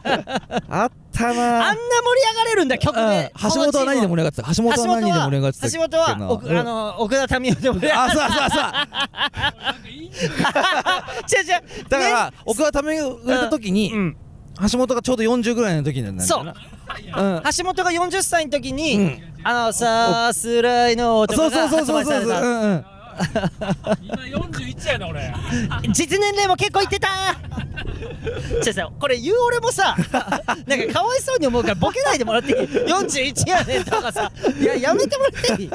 B: た
A: な
B: な
A: 盛り上がれるんだ曲
B: うん
A: で
B: 橋本は何で盛り上がってた橋本は何で盛り上がってたっけ
A: 橋本
B: な
A: は奥あの奥田民生で盛り上がっ
B: あそうそう そう
A: て 違う違う
B: だか
A: ね
B: ら奥がためが売れた時
A: う
B: に
A: ん、
B: 橋本がちょうど40ぐらいの時なんだよ
A: そう
B: うん
A: 橋本が40歳の時に、
B: うん
A: あのさすらいの男
B: そうそ
A: が
B: うそう
A: 発
B: そう
A: 売
B: そ
A: さ
B: う
A: れ
B: そう
A: た
B: うんうん
D: 今41やな俺
A: 実年齢も結構いってた ちょっとさこれ言う俺もさなんかかわいそうに思うからボケないでもらっていい41やねんとかさいややめてもらって いい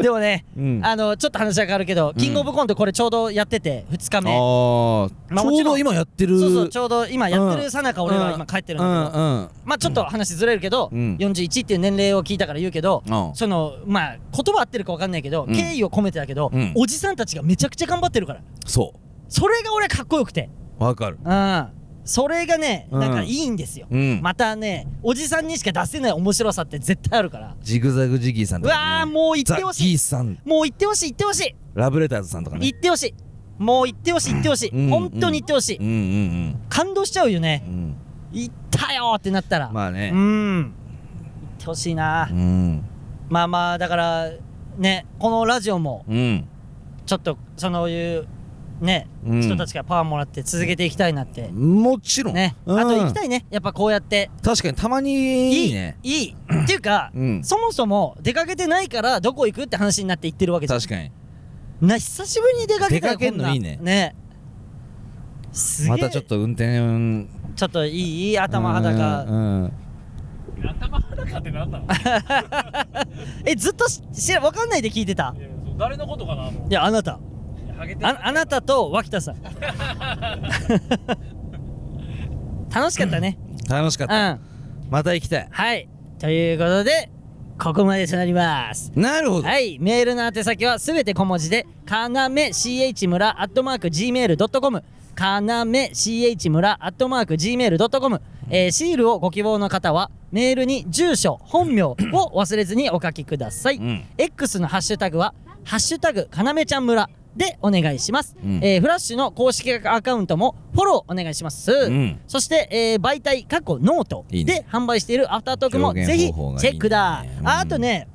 A: でもね、
B: うん
A: あのちょっと話は変わるけど、キングオブコントこれちょうどやってて2日目
B: ああ、
A: まあ
B: ち
A: も
B: ょ
A: ち
B: う
A: ろん
B: ど今やってる
A: そうそうちょうど今やって
B: う
A: る
B: ん
A: さなか俺は今帰ってるんだけど、
B: うん
A: まあちょっと話ずれるけど、
B: うん
A: 41っていう年齢を聞いたから言うけど、
B: うん
A: そのまあ言葉合ってるか分かんないけど、
B: うん
A: 敬意を込めてだけど、
B: うん
A: おじさんたちがめちゃくちゃ頑張ってるから
B: そ
A: それが俺かっこよくて
B: うわかる
A: うんそれがね
B: うん
A: なんかいいんですよ、
B: うん
A: またねおじさんにしか出せない面白さって絶対あるから
B: ジグザグジギーさん
A: う
B: とか、
A: わーもう言っ
B: ザ・
A: てほ
B: ギ
A: し
B: ー
A: い
B: さん
A: もう言ってほしい言ってほしい
B: ラブレターズさんとかね
A: 言ってほしいもう言ってほしい言ってほしい、
B: うんうん
A: 本当に言ってほしい、
B: うんうん
A: 感動しちゃうよね
B: うんうん
A: 言ったよーってなったら
B: まあね
A: うん言ってほしいな、
B: うん
A: まあまあだからねこのラジオも
B: うん
A: ちちょっとそういうね、
B: うん
A: 人たちからパワーもらって続けていきたいなって、
B: もちろん
A: ね、
B: うん
A: あと行きたいねやっぱこうやって
B: 確かにたまにいいね
A: いいっていうか、
B: うん
A: そもそも出かけてないからどこ行くって話になって行ってるわけじゃん
B: 確かに
A: な久しぶりに出かけたよ
B: 出かけんの
A: こない
B: いね
A: ねすげえ
B: またちょっと運転うん
A: ちょっといい頭裸
B: うんうん
E: 頭裸ってなんなの
A: えずっとし知らわかんないで聞いてた
E: 誰のことかなも
A: いやあなた
E: うハゲて
A: ああなたと脇田さん 楽しかったね
B: 楽しか
A: う
B: った
A: ん
B: また行きたい
A: はいということでここまでとなります
B: なるほど
A: はいメールの宛先はすべて小文字でかなめ CH 村アットマーク Gmail.com かなめ CH 村アットマーク Gmail.com、えー、シールをご希望の方はメールに住所本名を忘れずにお書きください、
B: うん
A: X のハッシュタグは「ハッシュタグかなめちゃん村」でお願いします、
B: うん
A: えーフラッシュの公式アカウントもフォローお願いします、
B: ん
A: そして、えー媒体過去ノート
B: いいね
A: で販売しているアフタートークも
B: 表現
A: ぜひチ
B: 方法がいいね
A: ェックだ
B: うん
A: ああとね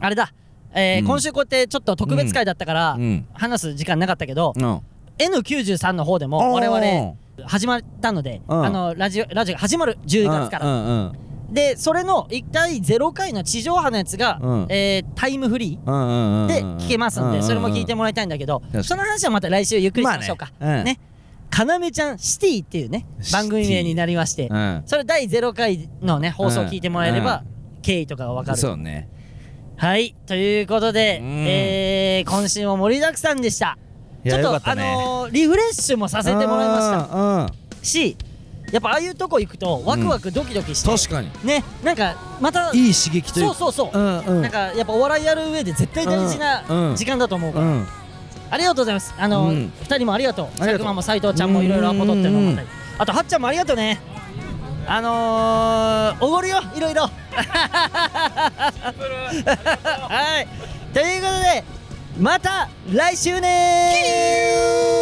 A: あれだ、えー
B: うん
A: 今週こうやってちょっと特別会だったから、
B: うん
A: 話す時間なかったけど、
B: うん
A: N93 の方でも我々始まったので、
B: うん
A: あのラジオラジオが始まる10月から、
B: うんうん
A: でそれの1回0回の地上波のやつが、
B: うん
A: えータイムフリー
B: うんうんうんうん
A: で聞けますんで、それも聞いてもらいたいんだけど、
B: かに
A: その話はまた来週ゆっくりしましょうか。
B: まあねうん
A: ねかなめちゃんシティっていうね
B: シティ
A: 番組名になりまして、
B: うん
A: それ第0回のね放送を聞いてもらえれば、経緯とかがわかる。
B: そうね
A: はいということで、
B: うん
A: えー今週も盛りだくさんでした。
B: いや
A: ちょっ
B: よ
A: と
B: かったね
A: あのーリフレッシュもさせてもらいました
B: た
A: しやっぱああいうとこ行くとワクワクドキドキして、
B: 確かに
A: ねなんかまた
B: いい刺激という
A: そう
B: か
A: そうそう、
B: うんうん
A: なんかやっぱお笑いやる上で絶対大事
B: うんう
A: なん時間だと思うから、
B: うん
A: ありがとうございますあの、
B: う
A: 二
B: ん
A: 2人もありがとう
B: ありが
A: 佐
B: とう
A: 久間も斉藤ちゃんもいろいろアポ取ってるのもあったりあとはっちゃんもありがとうねあのー、おごるよいろいろはいということでまた来週ねー